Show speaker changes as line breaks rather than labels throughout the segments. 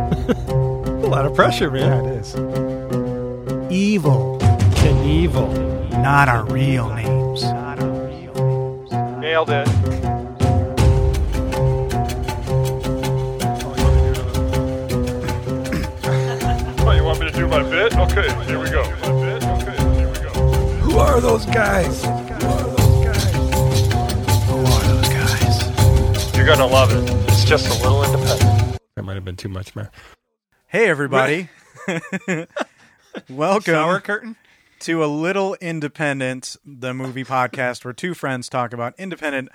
A lot of pressure, man.
Yeah, it is. Evil,
Knievel.
not our real names.
Nailed it. oh, you want me to do my bit? Okay, here we go. My bit? Okay, here we go.
Who are those guys?
Who are those guys?
You're gonna love it. It's just a little independent.
That might have been too much, man.
Hey, everybody. Welcome
Shower curtain?
to A Little Independent, the movie podcast where two friends talk about independent,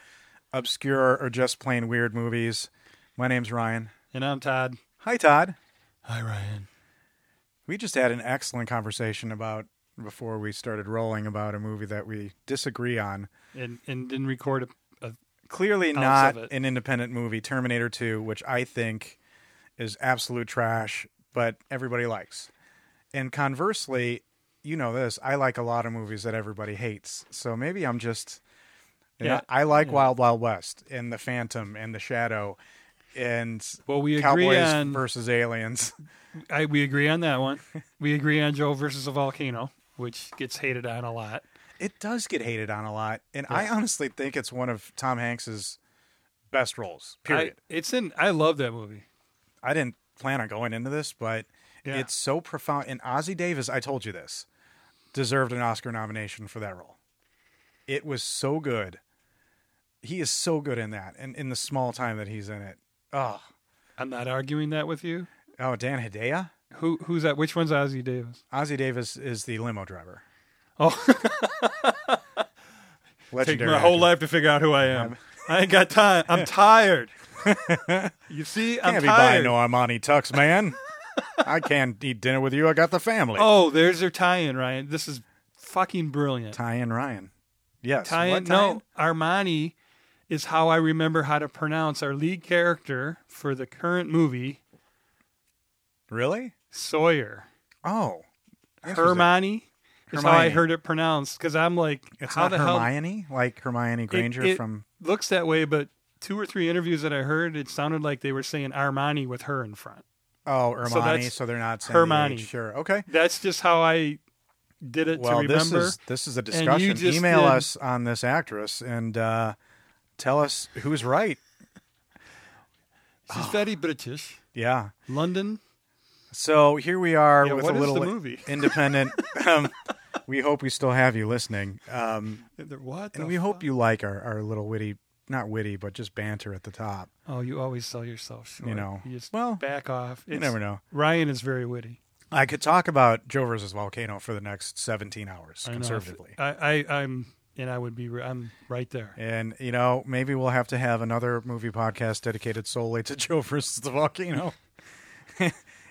obscure, or just plain weird movies. My name's Ryan.
And I'm Todd.
Hi, Todd.
Hi, Ryan.
We just had an excellent conversation about before we started rolling about a movie that we disagree on.
And and didn't record a, a
Clearly
Ounce
not
of it.
an independent movie, Terminator 2, which I think is absolute trash, but everybody likes. And conversely, you know this, I like a lot of movies that everybody hates. So maybe I'm just you know,
Yeah.
I like Wild Wild West and The Phantom and The Shadow and
well, we agree
Cowboys
on
versus Aliens.
I, we agree on that one. we agree on Joe versus a volcano, which gets hated on a lot.
It does get hated on a lot, and I honestly think it's one of Tom Hanks's best roles. Period.
I, it's in. I love that movie.
I, didn't plan on going into this, but
Yeah.
it's so profound. And Ozzy Davis, I told you this, deserved an Oscar nomination for that role. It was so good. He is so good in that, and in the small time that he's in it. Oh,
I'm not arguing that with you.
oh, Dan Hedaya,
Who who's that? Which one's Ozzy Davis?
Ozzy Davis is the limo driver.
Oh, take
Legendary
my whole
actor.
life to figure out who I am. I ain't got time. I'm tired. you see, I'm
Can't be
tired.
buying no Armani tux, man. I can't eat dinner with you. I got the family.
oh, there's their tie-in, Ryan. This is fucking brilliant.
Ty and Ryan. Yes.
Tie-in?
What
No, Armani is how I remember how to pronounce our lead character for the current movie,
Really?
Sawyer.
Oh. Interesting.
Hermione is how I
Hermione.
heard it pronounced because I'm like,
It's
how
not
the hell?
Hermione, like Hermione Granger
it-
from.
Looks that way, but two or three interviews that I heard, it sounded like they were saying Armani with her in front.
Oh, Hermione. So,
that's
they're not saying the
Hermione.
age. Sure. Okay.
That's just how I did it
Well,
to
this
remember.
is this is a
you
discussion.
just
Email
did-
us on this actress and uh, tell us who's right.
She's very British.
Yeah.
London.
So here we are
Yeah,
with
what
a
is
little
the movie?
independent. um, we hope we still have you listening. Um,
What?
and
the
we hope
fuck?
you like our, our little witty, not witty, but just banter at the top.
Oh, you always sell yourself short.
You know,
You just
well,
back off.
You
It's-
never know.
Ryan is very witty.
I could talk about Joe versus Volcano for the next 17 hours
I know.
conservatively.
I, I, I'm, and I would be, re- I'm right there.
And, you know, maybe we'll have to have another movie podcast dedicated solely to Joe versus the Volcano.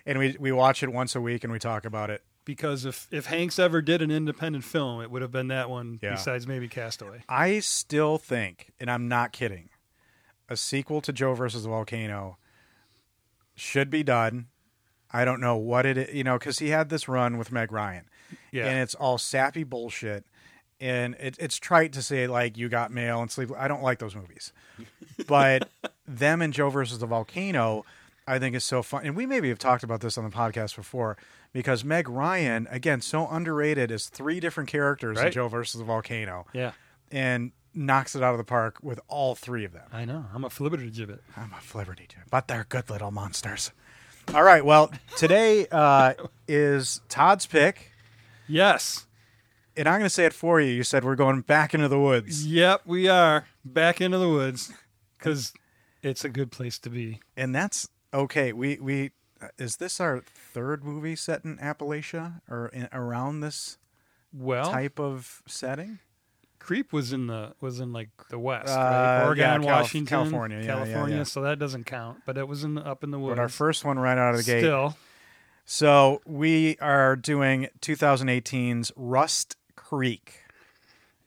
and we, we watch it once a week and we talk about it.
Because if, if Hanks ever did an independent film, it would have been that one
Yeah.
besides maybe Castaway.
I still think, and I'm not kidding, a sequel to Joe versus the Volcano should be done. I don't know what it is, you know, because he had this run with Meg Ryan.
Yeah.
and it's all sappy bullshit. And it, it's trite to say like you got mail and sleep. I don't like those movies, but them and Joe versus the volcano, I think is so fun. And we maybe have talked about this on the podcast before because Meg Ryan, again, so underrated, is three different characters in
Right.
Joe versus the volcano,
yeah.
and knocks it out of the park with all three of them.
I know. I'm a flibbertigibbet.
I'm a celebrity, too, but they're good little monsters. All right, well, today uh, is Todd's pick.
Yes.
and I'm going to say it for you. You said we're going back into the woods,
Yep. We are back into the woods because it's a good place to be.
and that's okay. We we uh, is this our third movie set in Appalachia or in, around this
Well,
type of setting?
Creep was in the was in like the West,
Uh,
right? Oregon,
yeah, Calif-
Washington,
California, yeah, yeah,
California.
yeah.
So that doesn't count, but it was in up in the woods.
But our first one right out of the gate.
still
So we are doing 2018's Rust Creek,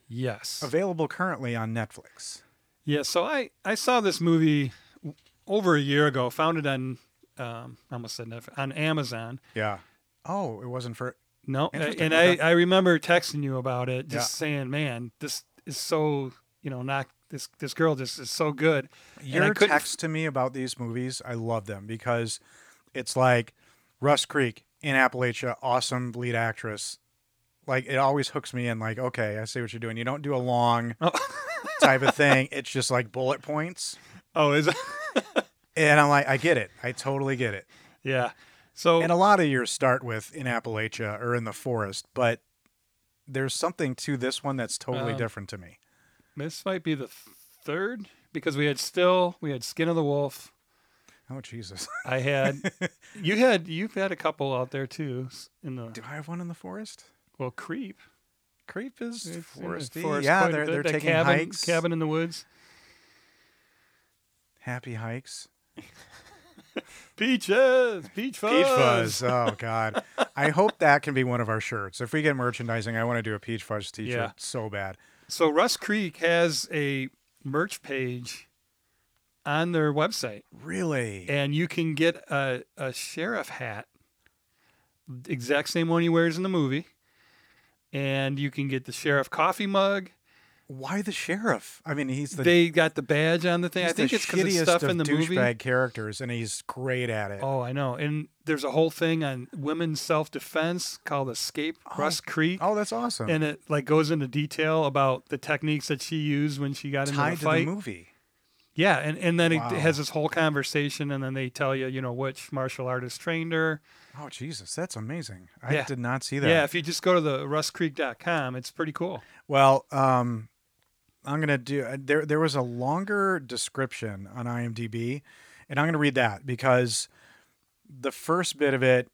yes.
available currently on Netflix.
Yeah, so I, I saw this movie w- over a year ago. Found it on um, I almost said Netflix, on Amazon.
Yeah. Oh, it wasn't for
No, uh,
Interesting,
and I,
okay.
I remember texting you about it, just
Yeah.
saying, "Man, this is so you know not this this girl just is so good." And I
Your
couldn't-
text to me about these movies, I love them because it's like Rust Creek in Appalachia, awesome lead actress. Like it always hooks me in. Like okay, I see what you're doing. You don't do a long
Oh.
type of thing. It's just like bullet points,
Oh, is it?
and I'm like, I get it. I totally get it.
yeah. So
And a lot of yours start with in Appalachia or in the forest, but there's something to this one that's totally
Um,
different to me.
this might be the third because we had still we had Skin of the Wolf.
Oh Jesus!
I had you had you've had a couple out there too s- in the
Do I have one in the forest?
well creep
Creep is
It's- it's
foresty.
forest
yeah,
quite a
they're
bit.
they're
That
taking
cabin,
hikes,
cabin in the woods.
happy hikes.
Peaches, peach fuzz.
Peach fuzz. Oh God. I hope that can be one of our shirts. If we get merchandising, I want to do a peach fuzz t-shirt
Yeah.
so bad.
So Rust Creek has a merch page on their website,
Really?
and you can get a, a sheriff hat, the exact same one he wears in the movie, and you can get the sheriff coffee mug.
Why the sheriff? I mean, he's the
they got the badge on the thing.
he's
I think
the
it's because it's
shittiest
stuff
of
in the movie.
douchebag characters, and he's great at it.
Oh, I know. And there's a whole thing on women's self defense called Escape Rust Creek.
Oh, that's awesome.
And it like goes into detail about the techniques that she used when she got into
tied
the
to the
fight.
movie.
yeah, and, and then
Wow.
it has this whole conversation and then they tell you, you know, which martial artist trained her.
Oh Jesus, that's amazing. I
Yeah.
did not see
Yeah,
that.
if you just go to the rustcreek.com, it's pretty cool.
Well, um, I'm gonna do. uh, There, there was a longer description on IMDb, and I'm gonna read that because the first bit of it,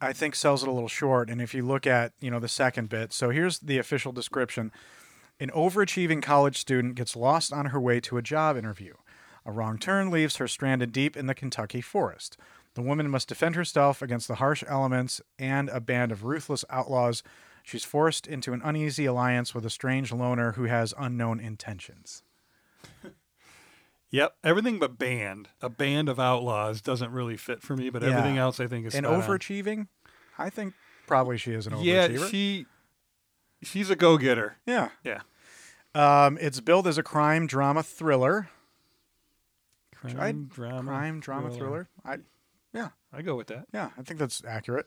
I think, sells it a little short. And if you look at, you know, the second bit, so here's the official description: An overachieving college student gets lost on her way to a job interview. A wrong turn leaves her stranded deep in the Kentucky forest. The woman must defend herself against the harsh elements and a band of ruthless outlaws. She's forced into an uneasy alliance with a strange loner who has unknown intentions.
Yep. Everything but band. A band of outlaws doesn't really fit for me, but
Yeah.
everything else I think is
and
spot on.
overachieving? I think probably she is an
Yeah,
overachiever.
she she's a go getter.
yeah.
Yeah.
Um, it's billed as a crime drama thriller.
Crime,
I-
drama,
crime drama thriller. I
I go with that.
yeah, I think that's accurate.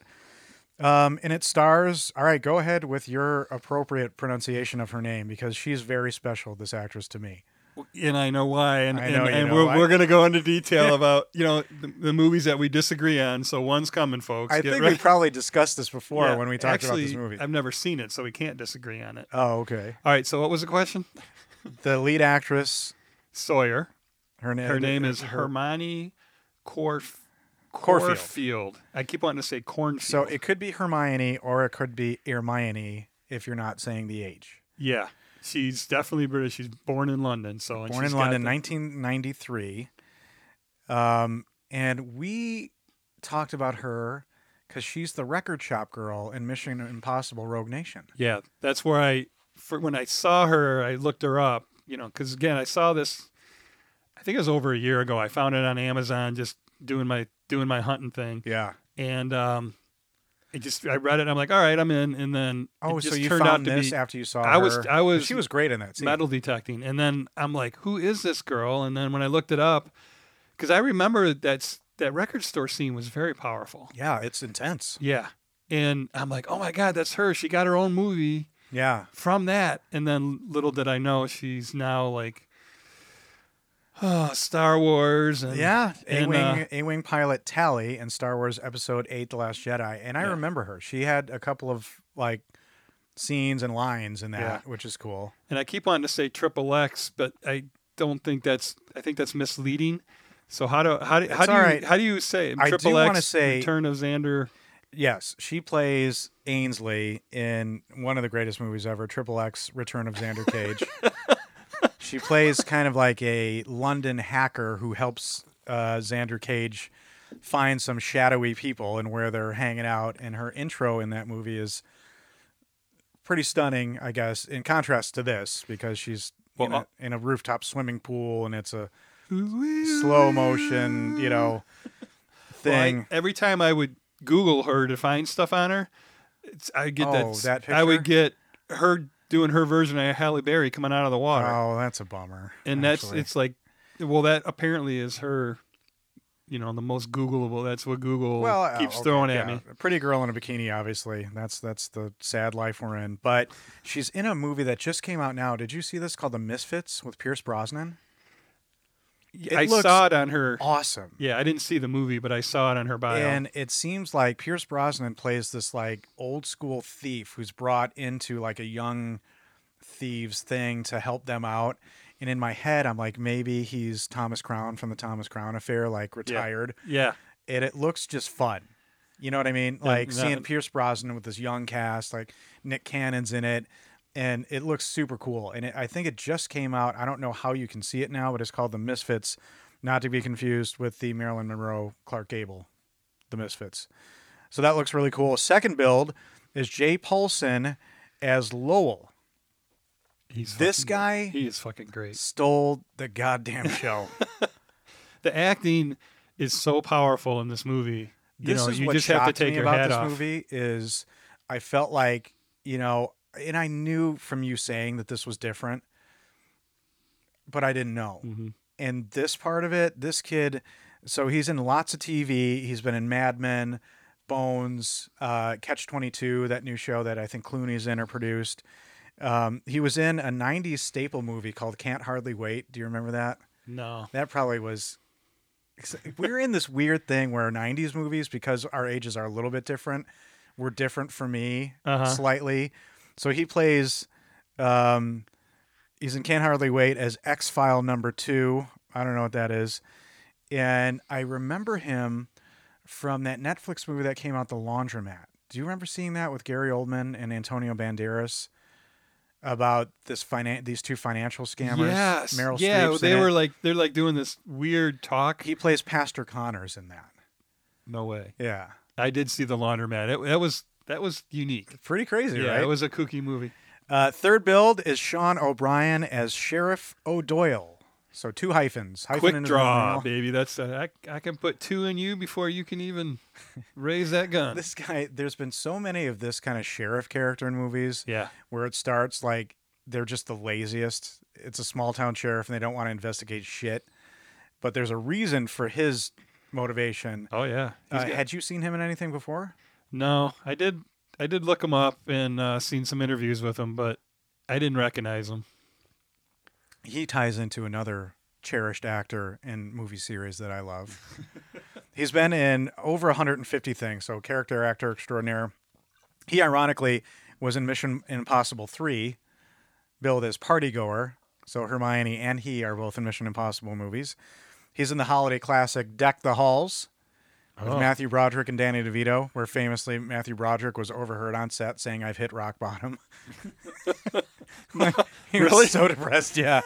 Um, and it stars. All right, go ahead with your appropriate pronunciation of her name because she's very special. This actress to me.
And I know why. And,
I
and-
know you
and,
know
we're,
why.
we're going to go into detail about, you know, the, the movies that we disagree on. So one's coming, folks.
I
Get
think
ready.
we probably discussed this before
Yeah,
when we talked
actually,
about this movie.
I've never seen it, so we can't disagree on it.
oh, okay.
All right. So what was the question?
The lead actress.
Sawyer.
Her name.
Her name is Hermione Corf-
Corfield.
Corfield. I keep wanting to say Cornfield.
So it could be Hermione or it could be Hermione if you're not saying the age.
yeah. She's definitely British. She's born in London. So and
Born
she's
in
got
London,
the-
1993. Um, and we talked about her because she's the record shop girl in Mission Impossible Rogue Nation.
Yeah, that's where I for when I saw her, I looked her up, you know, because again, I saw this. I think it was over a year ago. I found it on Amazon, just doing my doing my hunting thing,
Yeah.
and um, it just I read it. and I'm like, all right, I'm in. And then
Oh,
it
so
just
you
turned
found
out to
this
be
after you saw
I was-
her.
I was
She was great in that scene.
metal detecting. And then I'm like, who is this girl? And then when I looked it up, because I remember that's that record store scene was very powerful.
Yeah, it's intense.
Yeah, and I'm like, oh my god, that's her. She got her own movie
Yeah.
from that, and then little did I know she's now like oh, Star Wars and
Yeah, A
and,
wing,
uh,
A wing pilot Tally in Star Wars Episode Eight: The Last Jedi, and I
Yeah.
remember her. She had a couple of like scenes and lines in that,
Yeah.
which is cool.
and I keep wanting to say triple X, but I don't think that's I think that's misleading. So how do how do, how
It's
do
all
you
right.
how do you say it?
I do
triple
wanna
X
say-
Return of Xander?
Yes, she plays Ainsley in one of the greatest movies ever, Triple X: Return of Xander Cage. she plays kind of like a London hacker who helps uh, Xander Cage find some shadowy people and where they're hanging out. And her intro in that movie is pretty stunning, I guess, in contrast to this because she's
Well,
in, a,
uh,
in a rooftop swimming pool and it's a slow motion, you know,
Well, I-
thing.
every time I would Google her to find stuff on her, it's, I get
Oh,
that
that
I would
picture?
get her doing her version of Halle Berry coming out of the water.
Oh, that's a bummer.
and
Oh, actually.
that's it's like well that apparently is her you know the most Googleable. That's what Google
well uh,
keeps
okay,
throwing at
yeah.
me.
pretty girl in a bikini obviously that's that's the sad life we're in but she's in a movie that just came out now did you see this called the misfits with pierce brosnan It
I
looks
saw it on her.
awesome
Yeah, I didn't see the movie, but I saw it on her bio.
and it seems like pierce brosnan plays this like old school thief who's brought into like a young thieves thing to help them out and in my head i'm like maybe he's thomas crown from the thomas crown affair like retired
yeah,
and it looks just fun. You know what I mean? Like
no.
seeing Pierce Brosnan with this young cast, like Nick Cannon's in it, and it looks super cool. And it, I think it just came out. I don't know how you can see it now, but it's called The Misfits, not to be confused with the Marilyn Monroe Clark Gable, The Misfits. So that looks really cool. Second build is Jay Paulson as Lowell.
he's
This
fucking-
guy
He is fucking great.
stole the goddamn show.
The acting is so powerful in this movie. You
this
know,
is
you
what
just have to
shocked
take
me
your
about
hat
this
off.
movie is I felt like you know, and I knew from you saying that this was different, but I didn't know.
Mm. Mm-hmm.
And this part of it, this kid, so he's in lots of TV. He's been in Mad Men, Bones, uh, Catch Twenty Two, that new show that I think Clooney's in or produced. Um, he was in a '90s staple movie called Can't Hardly Wait. Do you remember that?
No,
That probably was. We're in this weird thing where 90s movies, because our ages are a little bit different, were different for me
Uh-huh.
slightly. So he plays, um, he's in Can't Hardly Wait as X File number two. I don't know what that is. And I remember him from that Netflix movie that came out, The Laundromat. Do you remember seeing that with Gary Oldman and Antonio Banderas about this finan- these two financial scammers?
yes,
Meryl
yeah,
Streep's
they
in it?
were like they're like doing this weird talk.
He plays Pastor Connors in that.
No way.
Yeah.
I did see the laundromat. It, that was that was unique.
Pretty crazy,
Yeah,
right?
it was a kooky movie.
uh, third build is Sean O'Brien as Sheriff O'Doyle. So two hyphens. Hyphen
Quick
into the
draw,
middle.
baby. That's I, I can put two in you before you can even raise that gun.
This guy, there's been so many of this kind of sheriff character in movies
yeah,
where it starts like they're just the laziest. It's a small town sheriff and they don't want to investigate shit. But there's a reason for his motivation.
oh yeah. He's
Uh,
got-
had you seen him in anything before?
no, I did. I did look him up and uh, seen some interviews with him, but I didn't recognize him.
he ties into another cherished actor in movie series that I love. He's been in over 150 things, so character actor extraordinaire. He ironically was in Mission Impossible 3, billed as party goer. So Hermione and he are both in Mission Impossible movies. He's in the holiday classic Deck the Halls with Matthew Broderick and Danny DeVito, where famously Matthew Broderick was overheard on set saying, I've hit rock bottom. he
Really?
was so depressed. Yeah.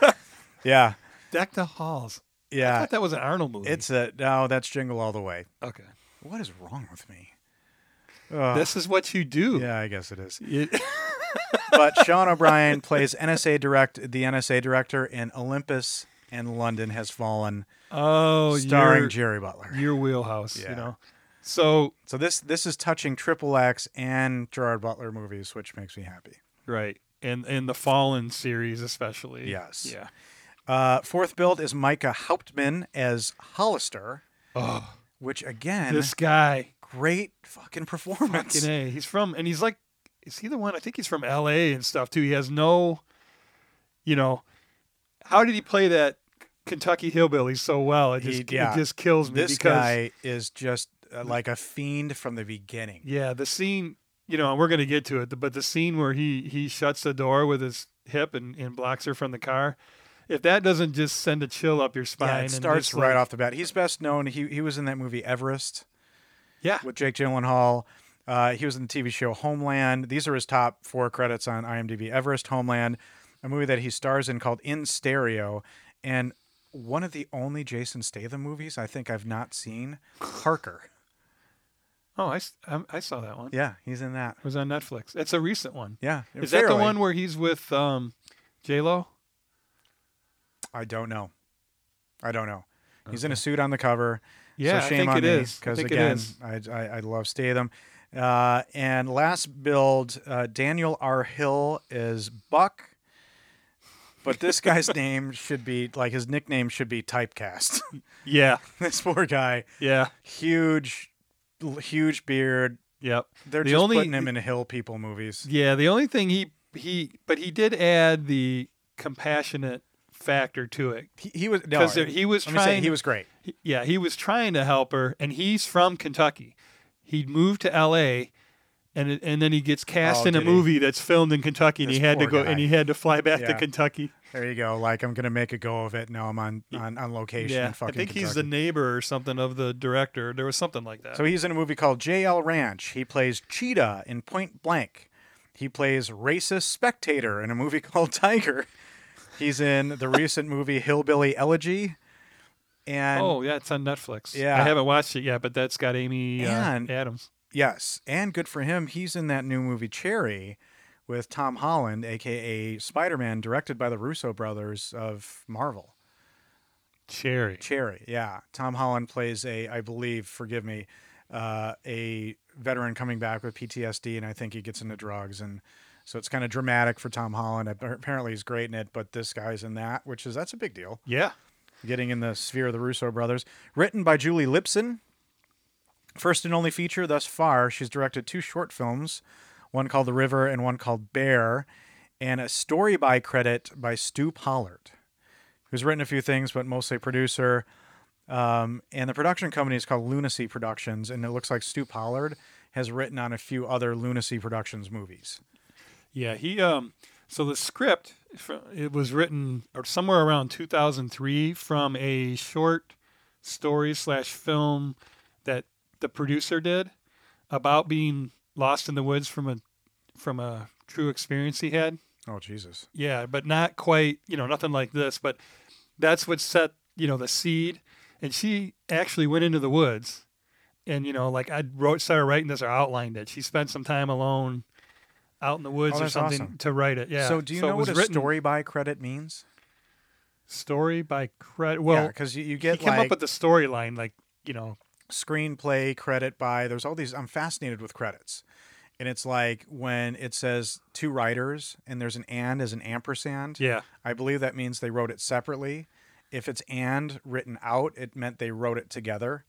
Yeah.
Deck the halls. I
Yeah.
thought that was an Arnold movie.
It's a no, that's Jingle All the Way.
okay.
What is wrong with me? Ugh.
This is what you do.
Uh, yeah, I guess it is.
It-
But Sean O'Brien plays NSA direct the NSA director in Olympus and London Has Fallen,
oh,
starring
your,
Jerry Butler.
your wheelhouse.
Yeah.
You know. So
So this this is touching Triple X and Gerard Butler movies, which makes me happy.
right, and and the Fallen series especially.
Yes.
Yeah.
Uh, fourth build is Micah Hauptman as Hollister,
Oh,
which again,
this guy.
great fucking performance.
Fucking A. He's from, and he's like, is he the one? I think he's from L.A. and stuff too. He has no, you know, how did he play that Kentucky hillbilly so well? It just,
He- yeah.
it just kills me
this
because
guy is just uh, like a fiend from the beginning.
yeah, the scene, you know, and we're gonna get to it, but the scene where he he shuts the door with his hip and, and blocks her from the car, if that doesn't just send a chill up your spine,
Yeah, it
and
starts
just
right
like-
off the bat. He's best known. He he was in that movie Everest
Yeah,
with Jake Gyllenhaal. Uh, he was in the TV show Homeland. These are his top four credits on IMDb: Everest, Homeland, a movie that he stars in called In Stereo, and one of the only Jason Statham movies I think I've not seen, Parker.
oh, I, s- I'm- I saw that one.
Yeah, he's in that.
It was on Netflix. That's a recent one.
Yeah,
Is that the
fairly.
one where he's with um, J Lo?
I don't know. I don't know. He's in a suit on the cover.
Yeah,
so
I
shame
think
on
it
me,
is. I
Because
think
again,
it is.
I, I I love Statham. Uh, and last build, uh, Daniel R. Hill is Buck. But this guy's name should be like his nickname should be typecast.
Yeah.
this poor guy,
Yeah.
huge, huge beard.
Yep.
They're
The
just
only-
putting him in hill people movies.
Yeah, the only thing he he but he did add the compassionate factor to it.
He, he was no,
'Cause there- he was
let me say,
trying-
he was great.
He- Yeah, he was trying to help her and he's from Kentucky. He moved to LA and it- and then he gets cast
Oh,
in a
did he?
movie that's filmed in Kentucky and
This
he had to
poor
go
guy.
and he had to fly back to
Yeah.
Kentucky.
There you go. Like I'm gonna make a go of it. Now I'm on on, on location.
Yeah.
in
I
fucking
think he's the
Kentucky.
neighbor or something of the director. There was something like that.
So he's in a movie called JL Ranch. He plays Cheetah in Point Blank. He plays racist spectator in a movie called Tiger. He's in the recent movie Hillbilly Elegy. And
oh, yeah, it's on Netflix.
Yeah.
I haven't watched it yet, but that's got Amy uh,
And-
Adams.
yes, and good for him, he's in that new movie Cherry with Tom Holland, aka Spider-Man, directed by the Russo brothers of Marvel.
Cherry.
Cherry, yeah. Tom Holland plays a, I believe, forgive me, uh, a veteran coming back with PTSD, and I think he gets into drugs, and so it's kind of dramatic for Tom Holland. Ap- Apparently, he's great in it, but this guy's in that, which is that's a big deal.
Yeah.
Getting in the sphere of the Russo brothers, written by Julie Lipson. First and only feature thus far, she's directed two short films, one called The River and one called Bear, and a story by credit by Stu Pollard who's written a few things, but mostly producer. Um, and the production company is called Lunacy Productions, and it looks like Stu Pollard has written on a few other Lunacy Productions movies.
Yeah, he um so the script fr- it was written or somewhere around 2003 from a short story slash film that the producer did about being lost in the woods from a from a true experience he had.
Oh Jesus!
Yeah, but not quite, you know, nothing like this, but that's what set, you know, the seed and she actually went into the woods and you know, like I wrote started writing this or outlined it. She spent some time alone out in the woods or
Oh, that's
something
awesome.
to write it. Yeah.
so, do you
it
know what
was
a
written
story by credit means?
story by credit?
Yeah,
Well,
'cause because you, you
he
get
came
like
up with the storyline like, you know,
screenplay credit by. There's all these. I'm fascinated with credits, and it's like when it says two writers and there's an and as an ampersand.
yeah.
I believe that means they wrote it separately. If it's and written out, it meant they wrote it together.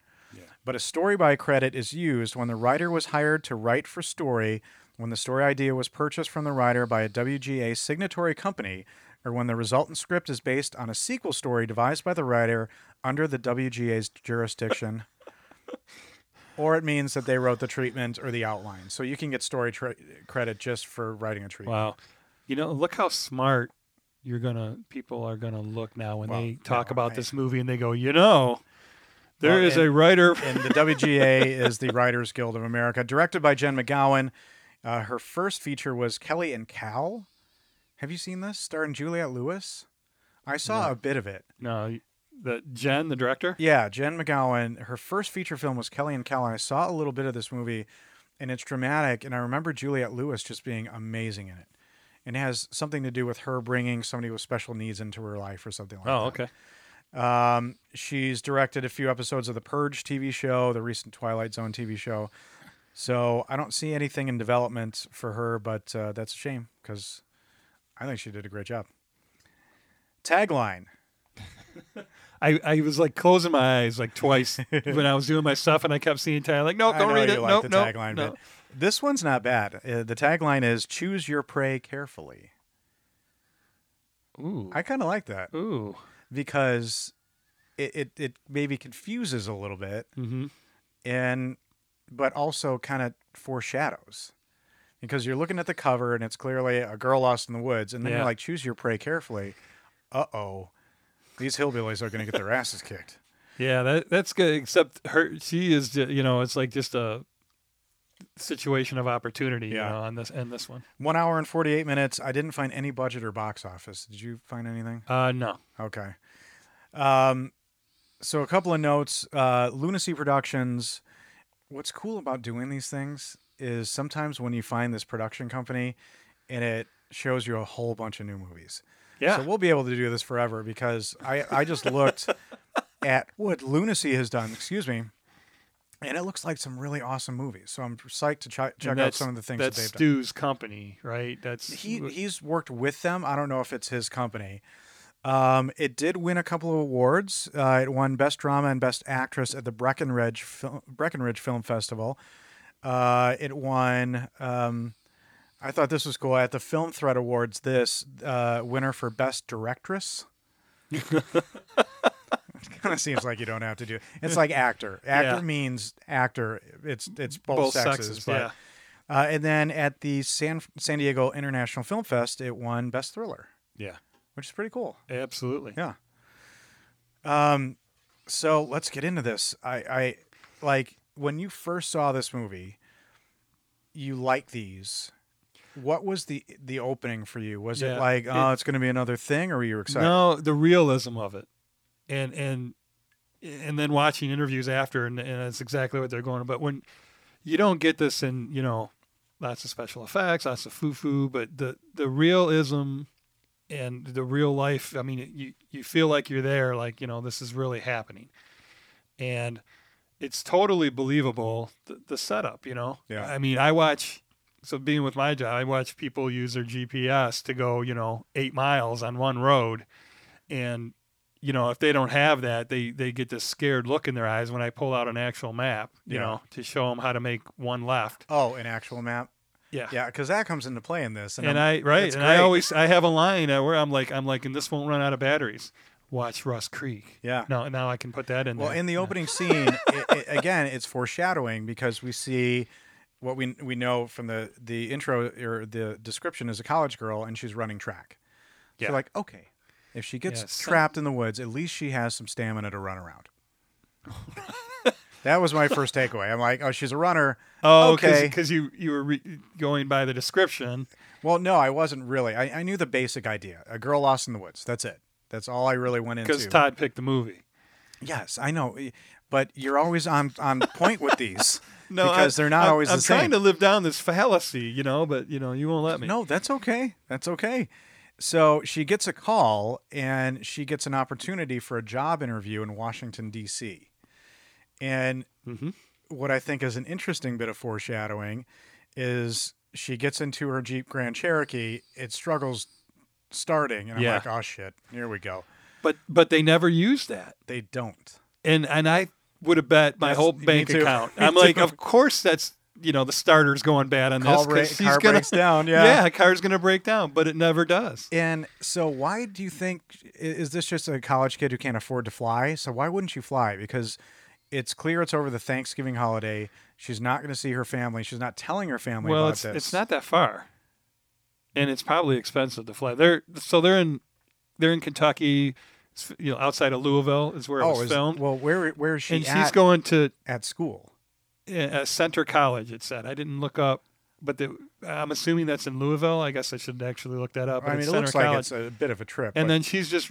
But a story by credit is used when the writer was hired to write for story, when the story idea was purchased from the writer by a WGA signatory company, or when the resultant script is based on a sequel story devised by the writer under the WGA's jurisdiction. Or it means that they wrote the treatment or the outline. So you can get story tra- credit just for writing a treatment.
Wow. You know, look how smart you're gonna people are gonna look now when
Well,
they talk
no,
about
I-
this movie and they go, you know, there
Well,
is
and-
a writer
and the WGA is the Writers Guild of America, directed by Jen McGowan. Uh, her first feature was Kelly and Cal. Have you seen this? Starring Juliette Lewis. I saw a bit of it.
No, the Jen, the director.
Yeah, Jen McGowan. Her first feature film was Kelly and Cal, and I saw a little bit of this movie, and it's dramatic. And I remember Juliette Lewis just being amazing in it. And it has something to do with her bringing somebody with special needs into her life or something like that.
Oh, okay.
Um, she's directed a few episodes of the Purge TV show, the recent Twilight Zone TV show. So I don't see anything in development for her, but uh, that's a shame because I think she did a great job. Tagline.
I, I was like closing my eyes like twice when I was doing my stuff, and I kept seeing Tyler like, nope,
I
Oh, don't
know
read
you
it.
like
nope,
the
nope,
tagline,
nope.
but this one's not bad. Uh, the tagline is "Choose your prey carefully."
Ooh,
I kind of like that
ooh,
because it, it it maybe confuses a little bit.
hmm
and but also kind of foreshadows because you're looking at the cover and it's clearly a girl lost in the woods and then
Yeah.
you're like choose your prey carefully uh-oh these hillbillies are going to get their asses kicked
yeah, that that's good. Except her, she is, ju- you know, it's like just a situation of opportunity,
Yeah.
you know, on this and this one.
one hour and 48 minutes i didn't find any budget or box office did you find anything
Uh, no,
Okay. Um, so a couple of notes. Uh, Lunacy Productions. What's cool about doing these things is sometimes when you find this production company, and it shows you a whole bunch of new movies.
yeah,
So we'll be able to do this forever because I I just looked at what Lunacy has done. Excuse me. and it looks like some really awesome movies. So I'm psyched to ch- check
And
out
that's-
some of the things that
that's
they've done.
Stu's company, right? That's
He he's worked with them. I don't know if it's his company. Um, it did win a couple of awards. Uh, it won Best Drama and Best Actress at the Breckenridge Fil- Breckenridge Film Festival. Uh, it won. Um, I thought this was cool at the Film Thread Awards. This uh, winner for Best Directress. it kind of seems like you don't have to do. It's like actor. Actor
Yeah.
means actor. It's it's both,
both
sexes,
sexes,
but
yeah.
uh, and then at the San, San Diego International Film Fest, it won Best Thriller,
Yeah,
which is pretty cool.
absolutely.
Yeah. Um, so let's get into this. I, I like when you first saw this movie, you like these. What was the the opening for you? Was it
Yeah.
like, oh,
It-
it's going to be another thing, or were you excited?
No, the realism of it, and and and then watching interviews after, and, and that's exactly what they're going. But when you don't get this, in you know, lots of special effects, lots of foo foo, but the the realism and the real life. I mean, you you feel like you're there, like you know, this is really happening, and it's totally believable the, the setup. You know,
Yeah.
I mean, I watch. So being with my job, I watch people use their GPS to go, you know, eight miles on one road, and you know if they don't have that they they get this scared look in their eyes when i pull out an actual map you
Yeah.
know to show them how to make one left
Oh, an actual map.
yeah
Yeah, because that comes into play in this.
and
I'm-
i right
it's
and i
great.
always i have a line uh, where i'm like i'm like and this won't run out of batteries watch rust creek
Yeah.
now now i can put that in
Well,
there.
in the
Yeah.
opening scene, it, it, again, it's foreshadowing because we see what we we know from the the intro or the description is a college girl and she's running track. So
Yeah.
like, okay, if she gets
Yeah, so-
trapped in the woods, at least she has some stamina to run around. that was my first takeaway. I'm like, oh, she's a runner.
oh
okay.
because you you were re- going by the description
Well, no, I wasn't really. I, I knew the basic idea: a girl lost in the woods. That's it. That's all I really went into.
because todd picked the movie
Yes, I know, eh, but you're always on on point with these
no
because
I-
they're not
I'm-
always
i'm
the same.
trying to live down this fallacy you know but you know you won't let me
No, that's okay. That's okay. So she gets a call and she gets an opportunity for a job interview in Washington, D.C. And
Mm-hmm.
what I think is an interesting bit of foreshadowing is she gets into her Jeep Grand Cherokee. It struggles starting. And I'm
Yeah.
like, oh, shit, here we go.
but but they never used that
They don't.
and and I would have bet my
Yes,
whole
me
bank
too.
account.
Me
I'm like,
too.
of course that's you know the starter's going bad on
Car,
this
bra-
she's
car
gonna
breaks down.
yeah. car's gonna break down, but it never does.
And so, why do you think i- is this just a college kid who can't afford to fly? So why wouldn't she fly? Because it's clear it's over the Thanksgiving holiday. She's not going to see her family. She's not telling her family
well,
about
it's
this.
it's not that far, and it's probably expensive to fly. They're so they're in they're in Kentucky, it's, you know, outside of Louisville is where it
Oh,
was
is,
filmed,
well, where where is she
and
at
she's going to
at school?
uh, Center College. It said I didn't look up, but the, I'm assuming that's in Louisville. I guess I should actually look that up. but
I mean,
it's
it
Center
looks
College.
like it's a bit of a trip.
and
but-
then she's just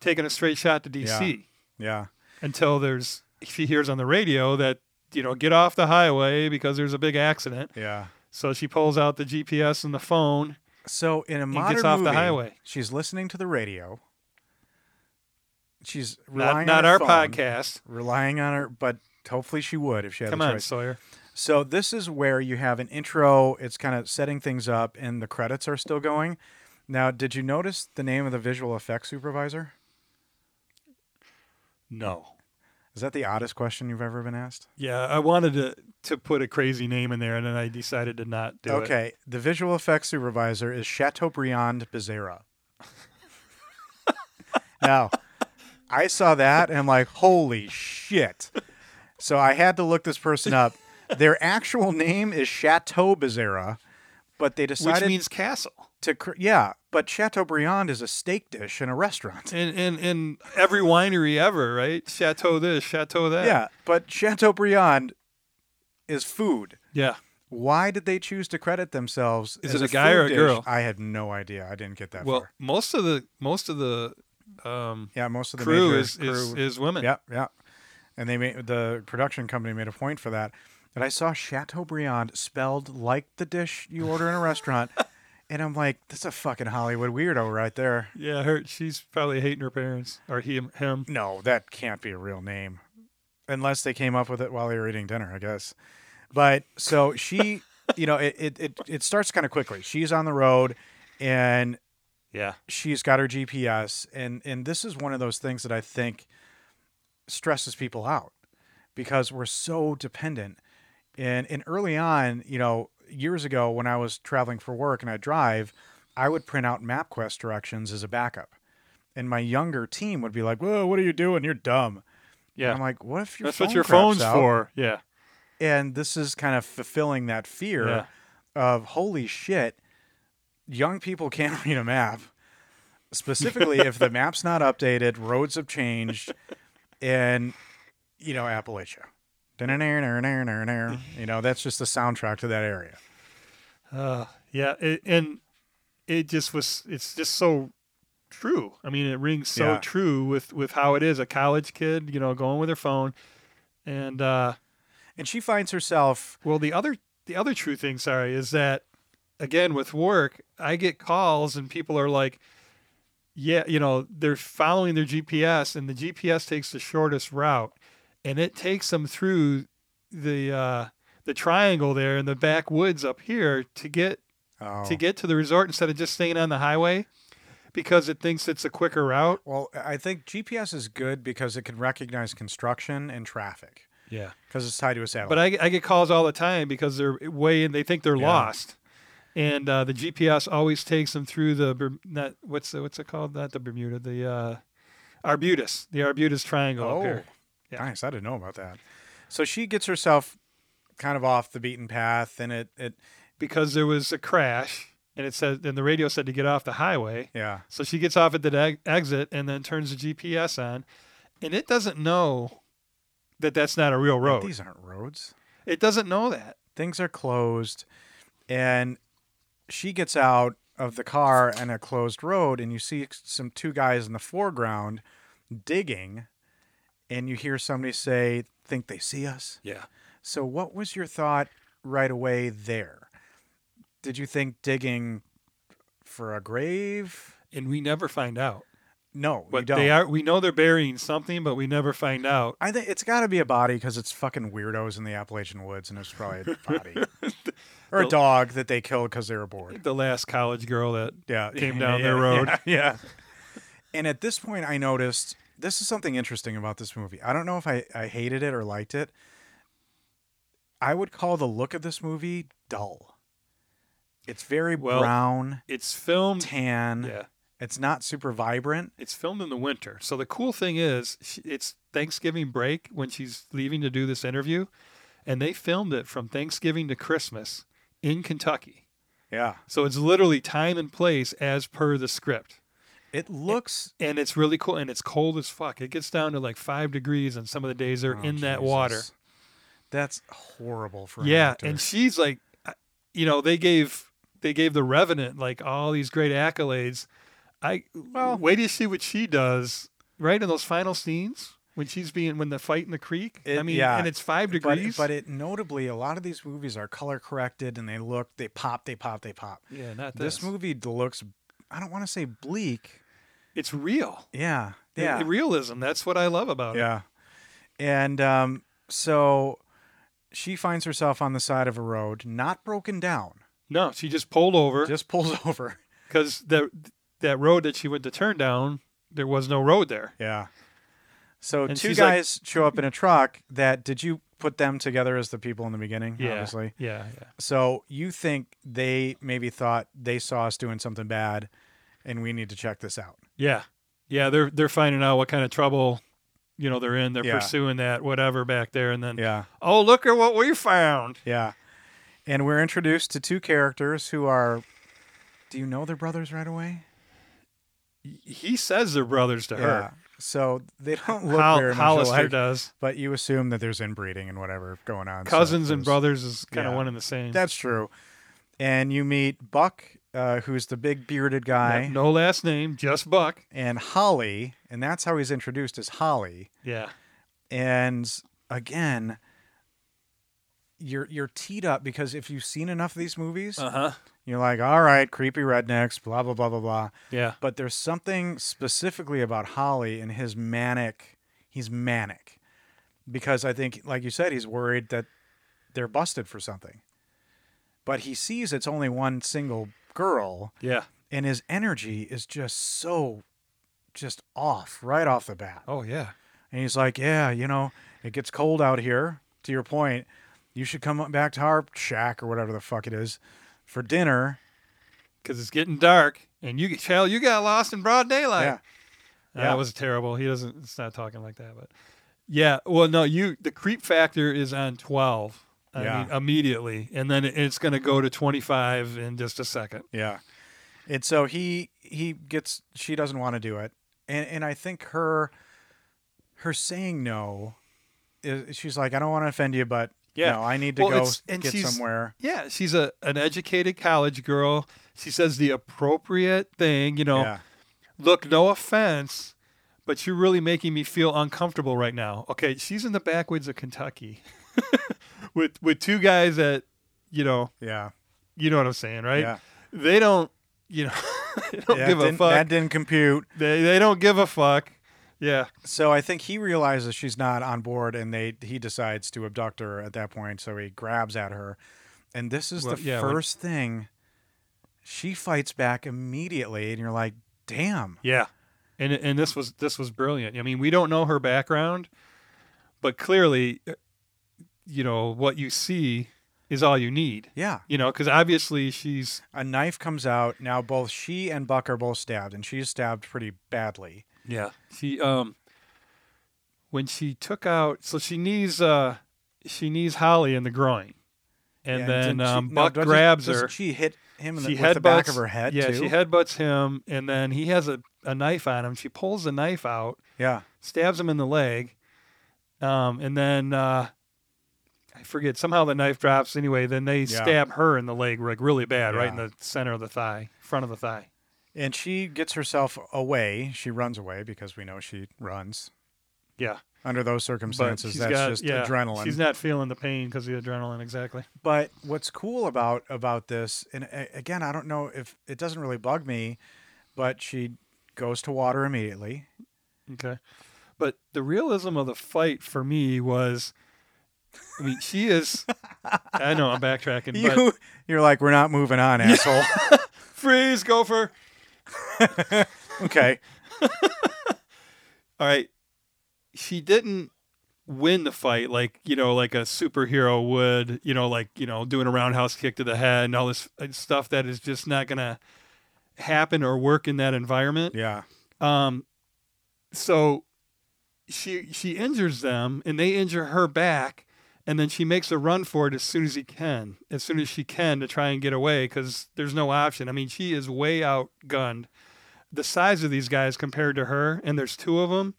taking a straight shot to DC
yeah,
until there's she hears on the radio that you know get off the highway because there's a big accident.
yeah.
So she pulls out the GPS and the phone.
So in a
gets
modern
off the
movie,
highway.
she's listening to the radio. She's
Not,
relying
not
on her
our
phone,
podcast.
Relying on her, but hopefully she would if she had
Come
the
on,
choice.
Sawyer.
So this is where you have an intro. It's kind of setting things up, and the credits are still going. Now, did you notice the name of the visual effects supervisor?
No.
Is that the oddest question you've ever been asked?
Yeah, I wanted to to put a crazy name in there, and then I decided to not do it.
okay, the visual effects supervisor is Chateaubriand Bezerra. now, I saw that and I'm like, holy shit! So I had to look this person up. Their actual name is Chateau Bezerra, but they
Which
decided
means castle.
to cr- yeah, but Chateaubriand is a steak dish in a restaurant.
And, and and every winery ever, right? Chateau this, chateau that.
Yeah, but Chateaubriand is food.
Yeah.
Why did they choose to credit themselves?
Is
as
it a guy or
food
a
dish?
girl?
I have no idea. I didn't get that
Well,
far.
most of the most of the um,
Yeah, most of the
crew
major
is, is
crew-
is women.
yeah, yeah, and they made the production company made a point for that. And I saw Chateaubriand spelled like the dish you order in a restaurant, and I'm like, that's a fucking Hollywood weirdo right there.
Yeah, her she's probably hating her parents or he him.
No, that can't be a real name. unless they came up with it while they were eating dinner, I guess. But so she, you know, it it it, it starts kind of quickly. She's on the road, and
Yeah.
she's got her GPS, and and this is one of those things that I think stresses people out because we're so dependent. And and early on, you know, years ago when I was traveling for work and I drive, I would print out MapQuest directions as a backup, and my younger team would be like, "Whoa, what are you doing? You're dumb."
Yeah.
I'm like, "What if your
That's
phone
what your
craps
phone's
out?
for. Yeah.
and this is kind of fulfilling that fear
Yeah.
of holy shit young people can't read a map specifically if the map's not updated roads have changed and you know appalachia Da-na-na-na-na-na-na. you know that's just the soundtrack to that area
Uh, yeah, it, and it just was. It's just so true. I mean, it rings so
Yeah.
true with with how it is. A college kid, you know, going with her phone, and uh,
and she finds herself
well, the other the other true thing, sorry, is that again with work, I get calls and people are like, yeah, you know, they're following their GPS and the GPS takes the shortest route, and it takes them through the uh, the triangle there in the backwoods up here to get
oh,
to get to the resort instead of just staying on the highway because it thinks it's a quicker route.
well i think gps is good because it can recognize construction and traffic
Yeah.
because it's tied to a satellite
But I, I get calls all the time because they're way and they think they're
Yeah.
lost. And uh, the GPS always takes them through the Berm- not, what's the, what's it called? Not the Bermuda, the uh, Arbutus, the Arbutus Triangle up here.
Oh.
Yeah.
Nice. I didn't know about that. So she gets herself kind of off the beaten path, and it, it
because there was a crash and it said and the radio said to get off the highway.
yeah,
So she gets off at the e- exit and then turns the GPS on, and it doesn't know that that's not a real road.
these aren't roads.
It doesn't know that.
Things are closed, and she gets out of the car on a closed road, and you see some two guys in the foreground digging, and you hear somebody say, "Think they see us."
Yeah.
So, what was your thought right away there? Did you think digging for a grave?
And we never find out.
No, you
But
don't.
they are we know they're burying something, but we never find out.
I think it's got to be a body because it's fucking weirdos in the Appalachian woods, and it's probably a body or a
The-
dog that they killed because they were bored.
The last college girl that
Yeah,
Came down
yeah,
their
yeah,
road.
Yeah, and at this point, I noticed this is something interesting about this movie. I don't know if I, I hated it or liked it. I would call the look of this movie dull. It's very
Well-
brown,
it's filmed
tan.
Yeah.
It's not super vibrant.
It's filmed in the winter. So the cool thing is she, it's Thanksgiving break when she's leaving to do this interview and they filmed it from Thanksgiving to Christmas in Kentucky.
Yeah,
So it's literally time and place as per the script.
it looks.
And it's really cool and it's cold as fuck. It gets down to like 5 degrees on some of the days they're
Oh,
in that water.
Jesus. That's horrible for an
yeah
actor.
and she's like I- you know they gave they gave the revenant like all these great accolades i well wait till you see what she does right in those final scenes when she's being when the fight in the creek i
It-
mean
yeah,
and it's five
But-
degrees
But, it notably, a lot of these movies are color corrected and they look, they pop, they pop, they pop.
yeah not this,
This movie looks, I don't want to say bleak.
it's real
Yeah.
It-
Yeah.
it- realism that's what i love about it
yeah. And um, so she finds herself on the side of a road, not broken down,
no she just pulled over
just pulls over.
because the that road that she went to turn down there was no road there
Yeah. So
And
two
she's like-
guys show up in a truck that, did you put them together as the people in the beginning?
yeah
Obviously.
yeah yeah
So you think they maybe thought they saw us doing something bad and we need to check this out.
Yeah. Yeah, they're they're finding out what kind of trouble, you know, they're in. They're
Yeah.
pursuing that whatever back there and then
Yeah.
oh, look at what we found.
Yeah. And we're introduced to two characters who are do you know their brothers right away?
He says they're brothers to her.
So they don't look
Hol-
very much
Hollister
alike,
does.
but you assume that there's inbreeding and whatever going on. so
Cousins and
there's-
brothers is kind of
yeah.
one and the same.
That's true. And you meet Buck, uh, who's the big bearded guy,
No last name, just Buck.
and Holly, and that's how he's introduced as Holly.
Yeah.
and again you're you're teed up because if you've seen enough of these movies
Uh-huh.
you're like all right creepy rednecks blah blah blah blah blah
Yeah.
but there's something specifically about holly and his manic he's manic because I think, like you said, he's worried that they're busted for something. But he sees it's only one single girl,
Yeah.
and his energy is just so just off right off the bat.
Oh yeah.
And he's like, Yeah, you know, it gets cold out here. To your point, you should come back to our shack or whatever the fuck it is for dinner.
Because it's getting dark, and you hell, you got lost in broad daylight.
yeah.
Uh, That
Yeah.
was terrible. He doesn't. It's not talking like that, but yeah. Well, no, you. The creep factor is on twelve. I
Yeah.
mean, immediately, and then it- it's going to go to twenty-five in just a second.
Yeah. And so he he gets she doesn't want to do it. And and I think her her saying no is she's like, I don't want to offend you, but
Yeah.
no, I need to
Well,
go
it's- and
get
she's-
somewhere.
Yeah, she's a an educated college girl. She says the appropriate thing. You know,
Yeah.
look, no offense, but you're really making me feel uncomfortable right now. Okay, she's in the backwoods of Kentucky with with two guys that you know
Yeah.
you know what I'm saying, right?
Yeah.
They don't you know they don't
Yeah,
give a
didn't-
fuck.
That didn't compute.
They they don't give a fuck. Yeah.
So I think he realizes she's not on board, and they he decides to abduct her at that point. So he grabs at her, and this is
Well,
the
yeah, when-
first thing she fights back immediately, and you're like, "Damn,
Yeah. And and this was this was brilliant. I mean, we don't know her background, but clearly uh, you know, what you see is all you need.
yeah."
You know, cuz obviously she's
A knife comes out. Now both she and Buck are both stabbed, and she's stabbed pretty badly.
Yeah. She um when she took out so she knees uh she knees Holly in the groin. And
Yeah,
then
she-
um,
now,
Buck
doesn't-
grabs
doesn't
her.
She hit him in the,
she
with the back
headbutts-
of her head
Yeah,
too.
she headbutts him and then he has a, a knife on him. She pulls the knife out,
yeah,
stabs him in the leg. Um and then uh I forget somehow the knife drops anyway, then they
Yeah.
stab her in the leg like really bad, right in
Yeah.
the center of the thigh, front of the thigh.
and she gets herself away. She runs away because we know she runs.
Yeah.
Under those
But
circumstances,
she's
that's
got-
just
yeah,
adrenaline.
She's not feeling the pain because the adrenaline exactly.
But what's cool about about this, and a- again, I don't know if it doesn't really bug me, but she goes to water immediately.
Okay. But the realism of the fight for me was I mean, she is I know I'm backtracking, but
You, you're like, we're not moving on, asshole.
freeze gopher.
okay,
All right. She didn't win the fight like, you know, like a superhero would, you know, like, you know, doing a roundhouse kick to the head and all this uh, stuff that is just not going to happen or work in that environment.
yeah,
Um, so she she injures them, and they injure her back, and then she makes a run for it as soon as he can, as soon as she can to try and get away because there's no option. I mean, she is way outgunned. The size of these guys compared to her, and there's two of them.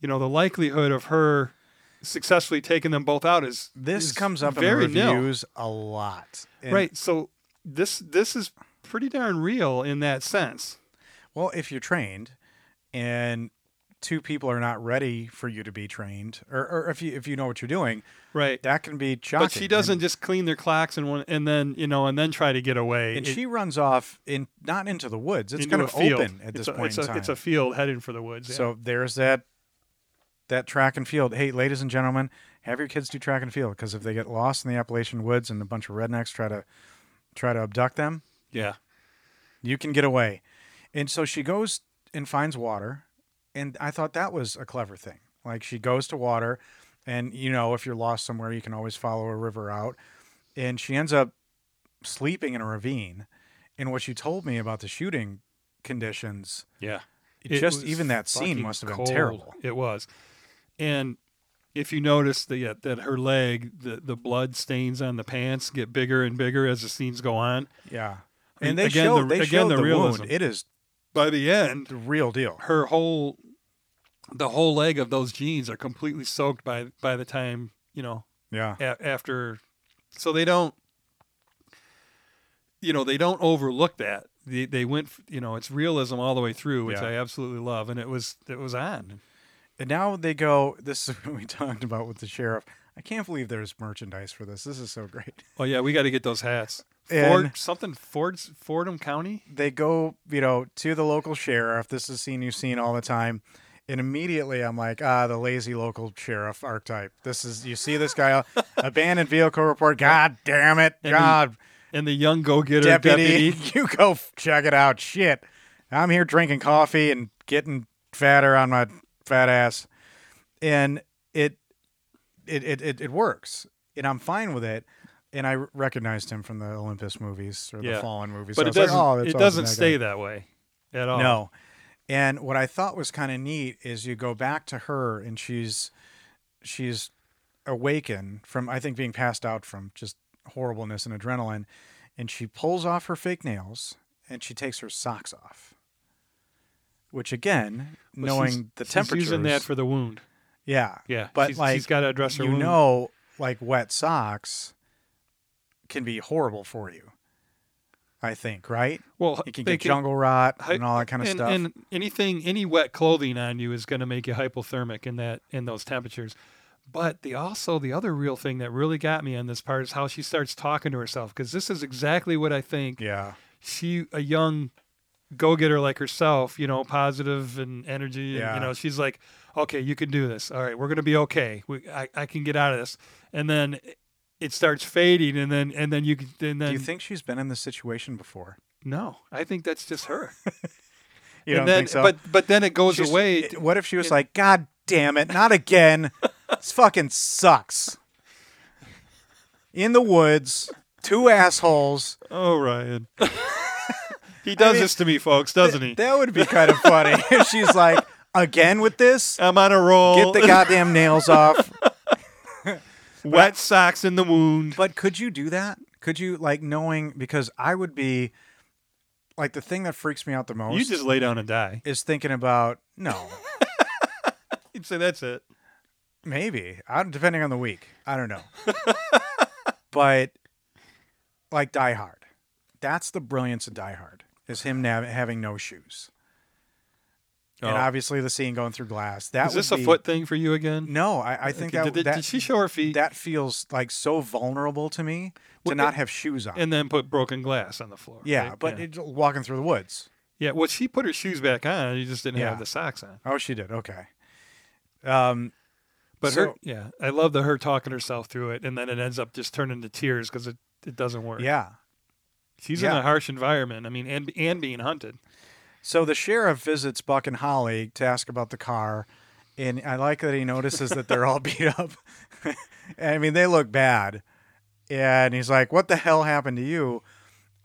You know, the likelihood of her successfully taking them both out is
this
is
comes up in the
very nil.
reviews a lot. And-
right? So this this is pretty darn real in that sense.
Well, if you're trained, and two people are not ready for you to be trained, or, or if you if you know what you're doing,
Right.
that can be shocking.
but she doesn't
And,
just clean their clocks and one, and then you know and then try to get away.
and
It-
she runs off in not into the woods. It's
into
kind
a
of
field.
open at this
it's a,
point
It's
in
a,
time.
it's a field heading for the woods. yeah.
So there's that that track and field. Hey, ladies and gentlemen, have your kids do track and field because if they get lost in the Appalachian woods and a bunch of rednecks try to try to abduct them,
yeah,
you can get away. And so she goes and finds water, and I thought that was a clever thing. Like she goes to water, and you know if you're lost somewhere, you can always follow a river out. And she ends up sleeping in a ravine. And what she told me about the shooting conditions,
yeah.
just
was
even that scene
fucking
must have been
cold.
terrible.
It was, and if you notice that yeah, that her leg, the the blood stains on the pants get bigger and bigger as the scenes go on.
Yeah.
I mean,
And they
again,
showed
the-
they
again,
showed
the
the,
realism.
wound. It is
By the end,
the real deal.
her whole the whole leg of those jeans are completely soaked by by the time you know
Yeah.
a- after so they don't you know they don't overlook that they, they went f- you know it's realism all the way through which
Yeah.
i absolutely love and it was it was on
And now they go. This is what we talked about with the sheriff. I can't believe there's merchandise for this. This is so great.
oh yeah we got to get those hats ford
And-
something ford's fordham county
They go, you know, to the local sheriff. This is a scene you've seen all the time, And immediately I'm like, ah, the lazy local sheriff archetype. This is you see this guy uh, abandoned vehicle report. God damn it.
And he-
God
And the young go getter
deputy,
deputy.
you go f- check it out. Shit. I'm here drinking coffee and getting fatter on my fat ass. And it it it, it, it works. And I'm fine with it. And I recognized him from the Olympus movies or
Yeah.
the Fallen movies.
But it
So I was
doesn't,
like, oh, that's
it
awesome,
doesn't
that guy.
stay that way at all.
No. And what I thought was kind of neat is you go back to her and she's she's awakened from I think being passed out from just horribleness and adrenaline and she pulls off her fake nails and she takes her socks off. Which again,
But
knowing
she's-
the
she's
temperature
using that for the wound.
Yeah.
Yeah.
But
she's,
like
she's got to address her
you
wound.
know like wet socks can be horrible for you. I think, right?
well,
You can
they
get jungle rot
hy-
and all that kind of
and,
stuff.
And anything, any wet clothing on you is going to make you hypothermic in that in those temperatures. But the also the other real thing that really got me on this part is how she starts talking to herself because this is exactly what I think
yeah.
she a young go getter like herself, you know, positive and energy. And,
Yeah.
You know, she's like, okay, you can do this. All right, we're gonna be okay. We, I, I can get out of this. And then it starts fading, and then and then you can and then
Do you think she's been in this situation before?
no, I think that's just her.
You
and
don't
then,
think so?
But but then it goes
She's-
away.
it- what if she was like, "God damn it, not again! this fucking sucks." In the woods, two assholes.
oh, Ryan. he does
mean,
this to me, folks, doesn't he?
That would be kind of funny if she's like, "Again with this?
I'm on a roll.
Get the goddamn nails off."
wet socks in the wound.
But could you do that? Could you like knowing because I would be like the thing that freaks me out the most
You just lay down and die.
is thinking about no.
You'd say that's it.
Maybe. I don't- depending on the week. I don't know. but like Die Hard. That's the brilliance of Die Hard. Is him nav- having no shoes. And
Oh.
obviously the scene going through glass. That
Is this
would
a
be-
foot thing for you again?
No, I, I think
Okay,
that,
did,
that
did she show her feet
that feels like so vulnerable to me to
Well,
not
it-
have shoes on.
and then put broken glass on the floor?
yeah,
right?
but
yeah.
It, walking through the woods.
Yeah, well, she put her shoes back on. She just didn't
Yeah.
have the socks on.
Oh, she did. Okay. Um,
But her,
So-
yeah, I love the her talking herself through it, and then it ends up just turning to tears because it, it doesn't work.
yeah.
she's in
yeah.
a harsh environment. I mean, and and being hunted.
So the sheriff visits Buck and Holly to ask about the car, and I like that he notices that they're all beat up. I mean, they look bad. And he's like, What the hell happened to you?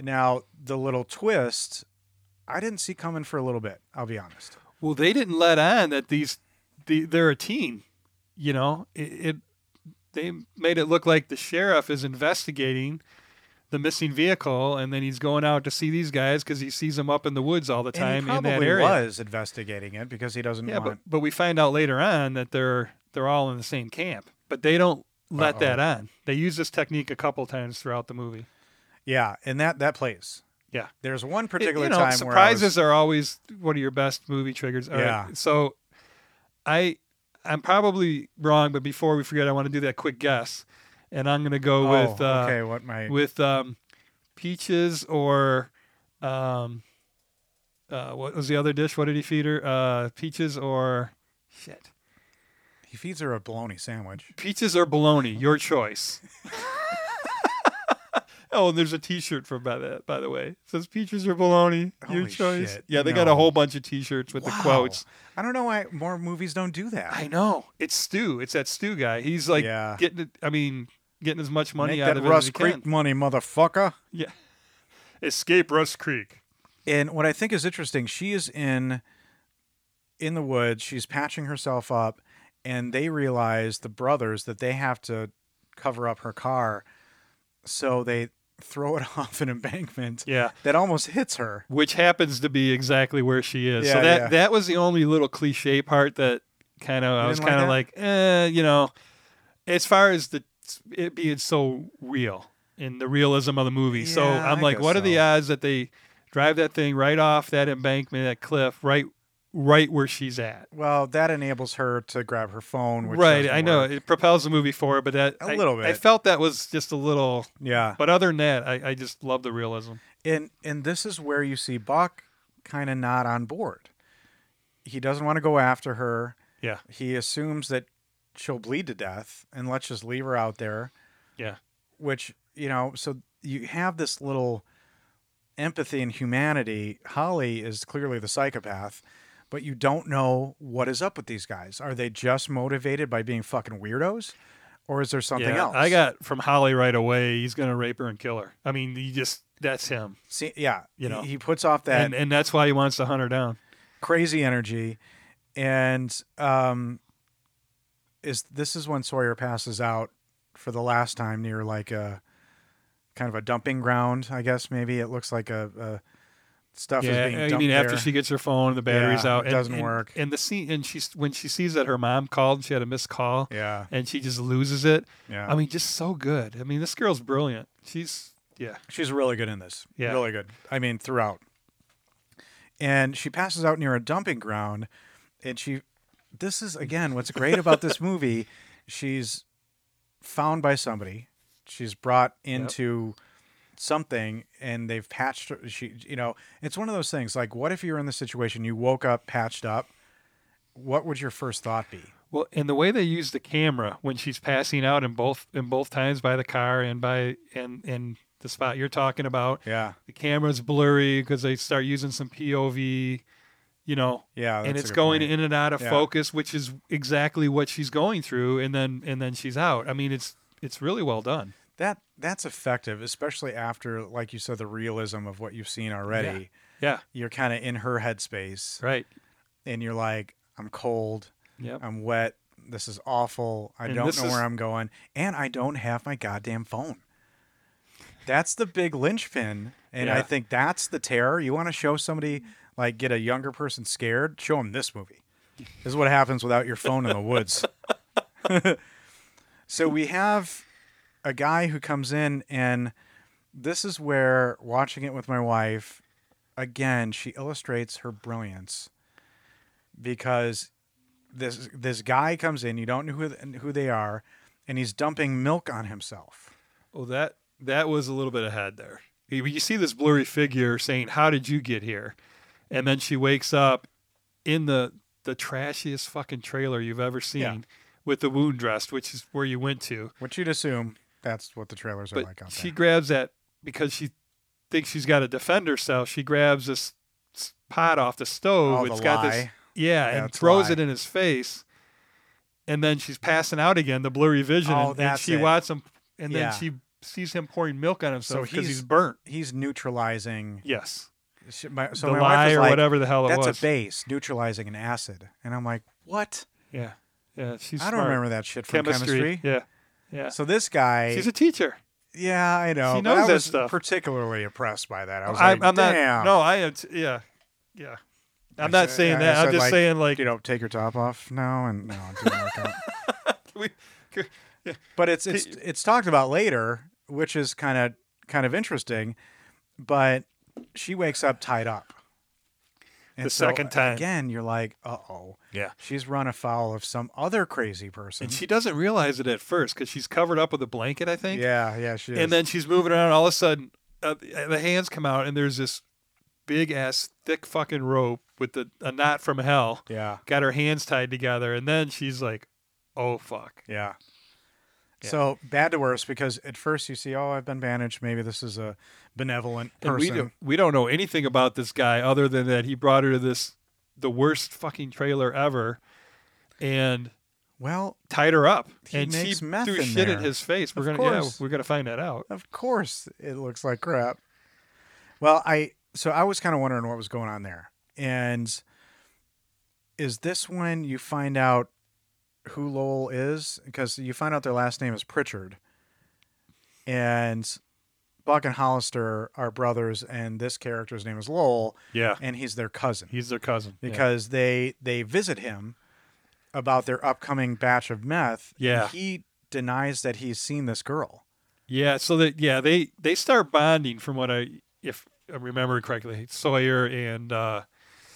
Now, the little twist, I didn't see coming for a little bit, I'll be honest.
Well, they didn't let on that these the, they're a team. You know, it, it they made it look like the sheriff is investigating the missing vehicle, and then he's going out to see these guys because he sees them up in the woods all the
and
time
he
in
probably
that area.
was investigating it because he doesn't
Yeah,
want
but, but we find out later on that they're they're all in the same camp, but they don't let that on. They use this technique a couple times throughout the movie.
Yeah, and that that plays.
Yeah.
There's one
It-
particular
you know,
time where I was-
surprises are always one of your best movie triggers. All right,
Yeah.
So, I I'm probably wrong, but before we forget, I want to do that quick guess, and I'm gonna go
Oh,
with uh,
okay, what my
with um, peaches or um, uh, what was the other dish? What did he feed her? Uh, peaches or shit.
he feeds her a bologna sandwich.
Peaches or bologna, your choice. oh, and there's a T-shirt for by that, by the way. It says peaches or bologna, your
Holy
choice.
shit,
Yeah, they got a
no.
whole bunch of T-shirts with the
Wow.
quotes.
I don't know why more movies don't do that.
I know it's Stu. It's that Stu guy. He's like
Yeah.
getting. It, I mean, getting as much money
Make
out
that
of it as
Rust
he
Creek
can.
money, motherfucker.
Yeah. Escape Rust Creek.
And what I think is interesting, she is in in the woods. She's patching herself up, and they realize the brothers that they have to cover up her car, so they throw it off an embankment
Hmm. Yeah.
that almost hits her.
Which happens to be exactly where she is. so
Yeah,
that
yeah.
that was the only little cliche part that kind of I
You
was
didn't
kind of
like
like, eh, you know, as far as the it being so real and the realism of the movie. so
Yeah,
I'm
I
like,
guess
what are the
so.
odds that they drive that thing right off that embankment, that cliff, right, right where she's at?
Well, that enables her to grab her phone. Which
right,
doesn't
I know
work.
it propels the movie forward, but that
A
I-
little
I
bit.
felt that was just a little.
Yeah,
But other than that, I, I just love the realism.
and and this is where you see Buck kind of not on board. he doesn't want to go after her.
Yeah.
He assumes that she'll bleed to death and let's just leave her out there.
Yeah.
Which, you know, so you have this little empathy and humanity. Holly is clearly the psychopath, but you don't know what is up with these guys. Are they just motivated by being fucking weirdos? Or is there something
yeah,
else?
I got from Holly right away. He's gonna rape her and kill her. I mean, you just that's him,
See, yeah,
You know.
he, he puts off that
and and that's why he wants to hunt her down.
crazy energy, and um, is this is when Sawyer passes out for the last time near like a kind of a dumping ground, I guess. Maybe it looks like a, a stuff
yeah,
is being dumped
I mean, after
there.
she gets her phone, the battery's
Yeah,
out.
it
and-
doesn't
and-
work.
And the scene, and she's when she sees that her mom called, she had a missed call,
yeah,
and she just loses it.
yeah.
I mean, just so good. I mean, this girl's brilliant. She's yeah,
She's really good in this.
Yeah.
Really good. I mean, throughout. And she passes out near a dumping ground and she this is again what's great about this movie, she's found by somebody. She's brought into something and they've patched her she you know, it's one of those things like what if you're in the situation you woke up patched up? What would your first thought be?
Well, and the way they use the camera when she's passing out in both in both times by the car and by and and the spot you're talking about,
Yeah.
the camera's blurry because they start using some POV, you know,
Yeah.
and
Oh, that's a
it's
good
going
point.
in and out of
Yeah.
focus, which is exactly what she's going through, and then and then she's out. I mean, it's it's really well done.
that that's effective, especially after, like you said, the realism of what you've seen already.
Yeah,
you're kind of in her headspace
right.
and you're like i'm cold
Yep.
i'm wet this is awful i
And
don't
this
know
is-
where i'm going and i don't have my goddamn phone that's the big linchpin and i
Yeah.
think that's the terror you want to show somebody like get a younger person scared show them this movie this is what happens without your phone in the woods so we have a guy who comes in and this is where watching it with my wife again she illustrates her brilliance because this this guy comes in you don't know who, th- who they are and he's dumping milk on himself
Oh, that that was a little bit ahead there. You you see this blurry figure saying, "How did you get here?" And then she wakes up in the the trashiest fucking trailer you've ever seen,
Yeah.
with the wound dressed, which is where you went to.
which you'd assume that's what the trailers are
But
like out
she
there
grabs that because she thinks she's got to defend herself. She grabs this s- pot off the stove.
Oh,
It's
the
got this,
lie.
yeah,
Yeah,
and
it's
throws
lie.
it in his face. And then she's passing out again, the blurry vision,
Oh,
and- and,
that's
she
it.
watches him, and
Yeah.
then she sees him pouring milk on himself because he's
he's-
burnt.
he's neutralizing
Yes.
she, my, so
the
my wife
lie
is
or
like,
whatever the hell it
that's
was.
a base neutralizing an acid and i'm like what
Yeah. Yeah. She's
i don't
smart.
remember that shit from chemistry,
chemistry. Yeah. Yeah.
so this guy
She's a teacher.
yeah i know
She
but
knows
i
that
was
stuff.
particularly impressed by that i was
I,
like
am not.
damn
No, I am. T- yeah. Yeah. I'm
I
not
said-
saying
I
that. I'm
said,
just
like,
saying like
you know, take your top off now and no, it didn't work out.
we-
But it's it's it's talked about later, which is kind of kind of interesting. But she wakes up tied up. And
The second time.
again, you're like, uh oh,
Yeah.
she's run afoul of some other crazy person.
And she doesn't realize it at first because she's covered up with a blanket, I think.
yeah, yeah, she is.
And then she's moving around. All of a sudden, uh, the hands come out, and there's this big ass thick fucking rope with the, a knot from hell.
yeah,
Got her hands tied together, and then she's like, "Oh fuck."
yeah.
Yeah.
So bad to worse because at first you see, oh, I've been bandaged. Maybe this is a benevolent
And
person.
we don't we don't know anything about this guy other than that he brought her to this the worst fucking trailer ever, and
Well,
tied her up.
He
and
makes
she
meth
threw
in
shit
there.
in his face. We're
Of
gonna yeah,
course.
we're gonna find that out.
Of course, it looks like crap. Well, I so I was kind of wondering what was going on there, and is this when you find out who Lowell is? Because you find out their last name is Pritchard, and Buck and Hollister are brothers, and this character's name is Lowell,
Yeah,
and he's their cousin
he's their cousin
because they they visit him about their upcoming batch of meth. and
Yeah.
he denies that he's seen this girl.
Yeah, so that yeah, they they start bonding from what I if I remember correctly, Sawyer and uh,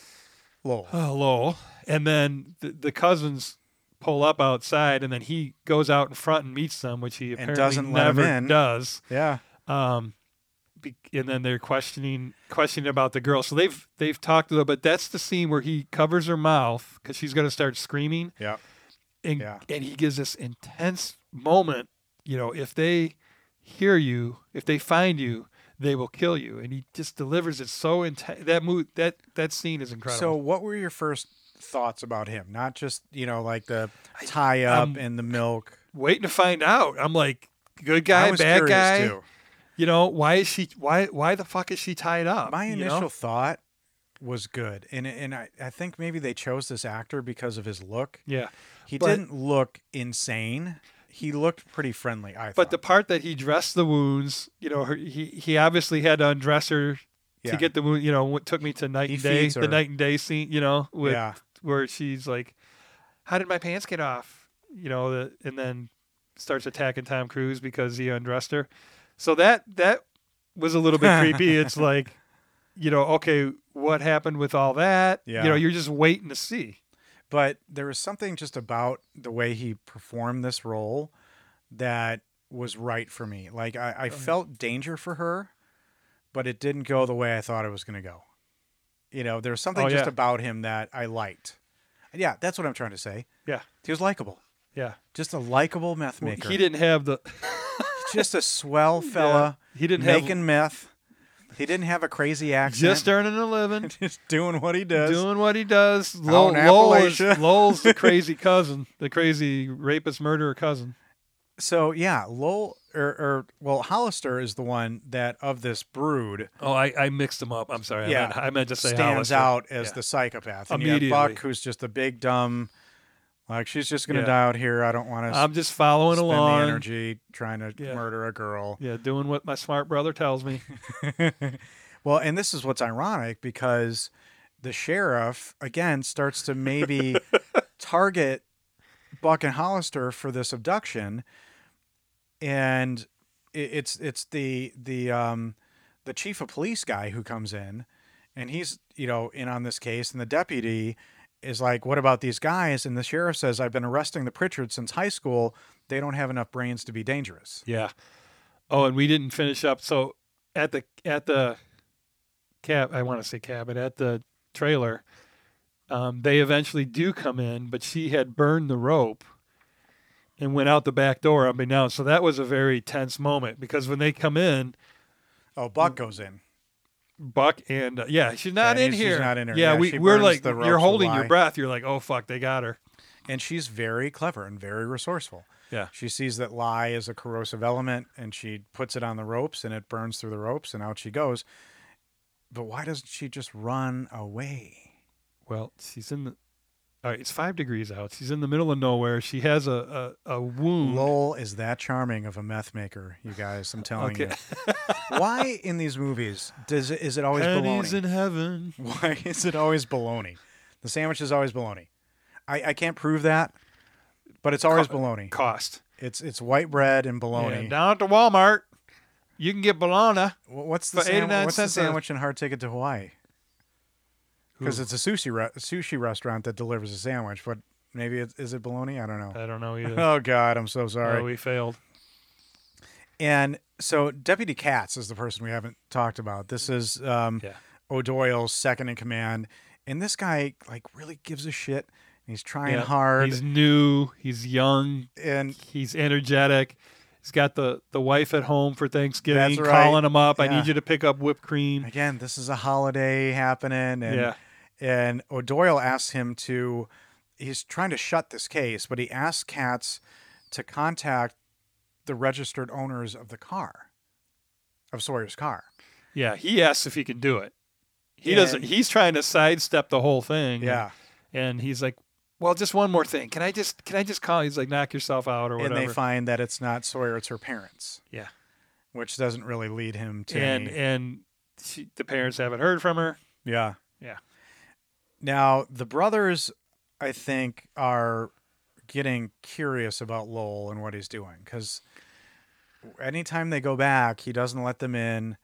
Lowell.
uh Lowell, and then the, the cousins pull up outside, and then he goes out in front and meets them, which he apparently
doesn't let 'em
never
in.
does.
Yeah.
Um, be- and then they're questioning questioning about the girl. So they've they've talked a little, but that's the scene where he covers her mouth because she's gonna start screaming
Yeah.
and
Yeah.
and he gives this intense moment. You know, if they hear you, if they find you, they will kill you. And he just delivers it so intense. That mo- that that scene is
So,
incredible.
what were your first thoughts about him? Not just you know like the tie up
um,
and the milk.
waiting to find out. I'm like, good
I
guy,
was
bad
curious
guy.
too.
You know, why is she? Why why the fuck is she tied up?
My
uh, you know?
initial thought was good, and and I, I think maybe they chose this actor because of his look.
yeah.
He
But-
didn't look insane. He looked pretty friendly. I
But the
thought.
part that he dressed the wounds, you know, her, he he obviously had to undress her
Yeah.
to get the wound. You know, what took me to night
He
and day,
feeds
the
her.
night and day scene. You know, with
yeah
where she's like, "How did my pants get off?" You know, the, and then starts attacking Tom Cruise because he undressed her. So that that was a little bit creepy. It's like, you know, okay, what happened with all that?
Yeah.
You know, you're just waiting to see.
but there was something just about the way he performed this role that was right for me. Like I, I felt danger for her, but it didn't go the way I thought it was going to go. You know, there was something
Oh,
just
yeah.
about him that I liked. Yeah, that's what I'm trying to say.
Yeah.
He was likable.
Yeah.
Just a likable meth maker.
He didn't have the
just a swell fella
he didn't have
making meth. He didn't have a crazy accent.
just earning a living.
just doing what he does.
Doing what he does. Lowell,
Out in
Lowell is,
Appalachia.
Lowell's the crazy cousin, the crazy rapist murderer cousin.
so yeah, Lowell or, or well, Hollister is the one that of this brood
Oh, I, I mixed them up. I'm sorry.
Yeah.
I, meant, I meant to say
stands
Hollister.
out as
Yeah.
the psychopath. And you have
Immediately.
Buck, who's just a big dumb, like she's just gonna
Yeah.
die out here. I don't want to
I'm just following
spend
along.
the energy trying to
Yeah.
murder a girl.
Yeah, doing what my smart brother tells me.
Well, and this is what's ironic because the sheriff again starts to maybe target Buck and Hollister for this abduction, and i- it's it's the the um, the chief of police guy who comes in, and he's you know in on this case, and the deputy is like, "What about these guys?" And the sheriff says, "I've been arresting the Pritchards since high school. They don't have enough brains to be dangerous."
Yeah. Oh, and we didn't finish up. So at the at the cab, I want to say cabin at the trailer, um, they eventually do come in, but she had burned the rope and went out the back door unbeknownst. So that was a very tense moment because when they come in,
Oh, Buck goes in.
Buck and uh, yeah, she's not
Yeah,
in
she's
here.
not in here.
Yeah,
Yeah,
we
she
we're
burns
like
the
you're
ropes
holding your
alive.
breath. You're like, oh fuck, they got her.
and she's very clever and very resourceful.
Yeah.
She sees that lie is a corrosive element and she puts it on the ropes and it burns through the ropes and out she goes. But why doesn't she just run away?
Well, she's in the. All right, it's five degrees out. She's in the middle of nowhere. She has a a, a wound.
Lowell is that charming of a meth maker, you guys. I'm telling
Okay.
you. Why in these movies does it, is it always
Pennies
baloney?
in heaven.
Why is it always baloney? The sandwich is always baloney. I, I can't prove that, but it's always baloney.
Cost.
It's it's white bread and
Yeah,
bologna.
down at the Walmart, you can get bologna.
Wh- What's the
For 89
sandwich? What's the
cents a-
sandwich and hard ticket to Hawaii? Because it's a sushi re- sushi restaurant that delivers a sandwich, but maybe it's, is it bologna? I don't know.
I don't know either.
Oh God, I'm so sorry.
No, Uh, we failed.
and so Deputy Katz is the person we haven't talked about. This is um,
Yeah.
O'Doyle's second in command, and this guy like really gives a shit. And he's trying
Yeah,
hard,
He's new. He's young.
and
He's energetic. He's got the, the wife at home for Thanksgiving,
That's right.
calling him up. I
Yeah.
need you to pick up whipped cream.
again, this is a holiday happening, and
yeah.
and O'Doyle asks him to he's trying to shut this case, but he asks Katz to contact the registered owners of the car of Sawyer's car.
Yeah. He asks if he can do it. He
Yeah.
doesn't. He's trying to sidestep the whole thing.
Yeah.
And he's like, "Well, just one more thing. Can I just can I just call?" He's like, "Knock yourself out or whatever."
And they find that it's not Sawyer, it's her parents.
Yeah.
Which doesn't really lead him to
and
any-
and she, the parents haven't heard from her.
Yeah.
Yeah.
Now the brothers I think are getting curious about Lowell and what he's doing because anytime they go back, he doesn't let them in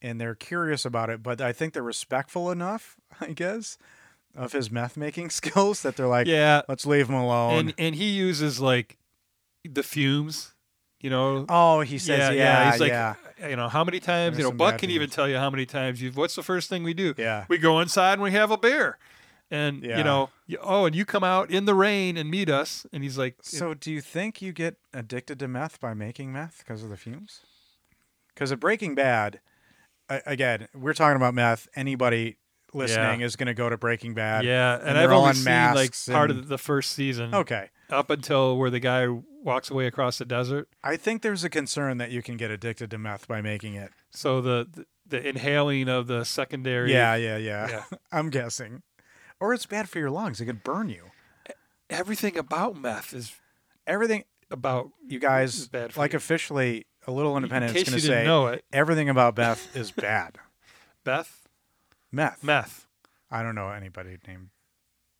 and they're curious about it, but I think they're respectful enough, I guess, of his meth making skills that they're like,
yeah,
let's leave him alone.
and and he uses like the fumes You know,
Oh, he says, yeah, yeah,
He's like, uh, you know, how many times? you
There's
know,
some
Buck
bad
can even
news.
tell you how many times you've. What's the first thing we do?
Yeah.
we go inside and we have a beer, and
Yeah.
you know, you, oh, and you come out in the rain and meet us, and he's like,
So, do you think you get addicted to meth by making meth because of the fumes? Because of Breaking Bad, a- again, we're talking about meth. Anybody listening is going to go to Breaking Bad.
yeah, and,
they're
I've
all
only
in
seen like
masks
part
and-
of the first season,
Okay.
up until where the guy walks away across the desert.
I think there's a concern that you can get addicted to meth by making it.
So the the, the inhaling of the secondary,
Yeah, yeah, yeah.
Yeah.
I'm guessing. Or it's bad for your lungs. It could burn you.
everything about meth is
Everything,
about
you
It's
guys,
bad for
like
you.
officially, a little independent
in
is
case
going
you
to
didn't
say
know it,
everything about meth is bad.
Beth,
Meth.
meth.
I don't know anybody named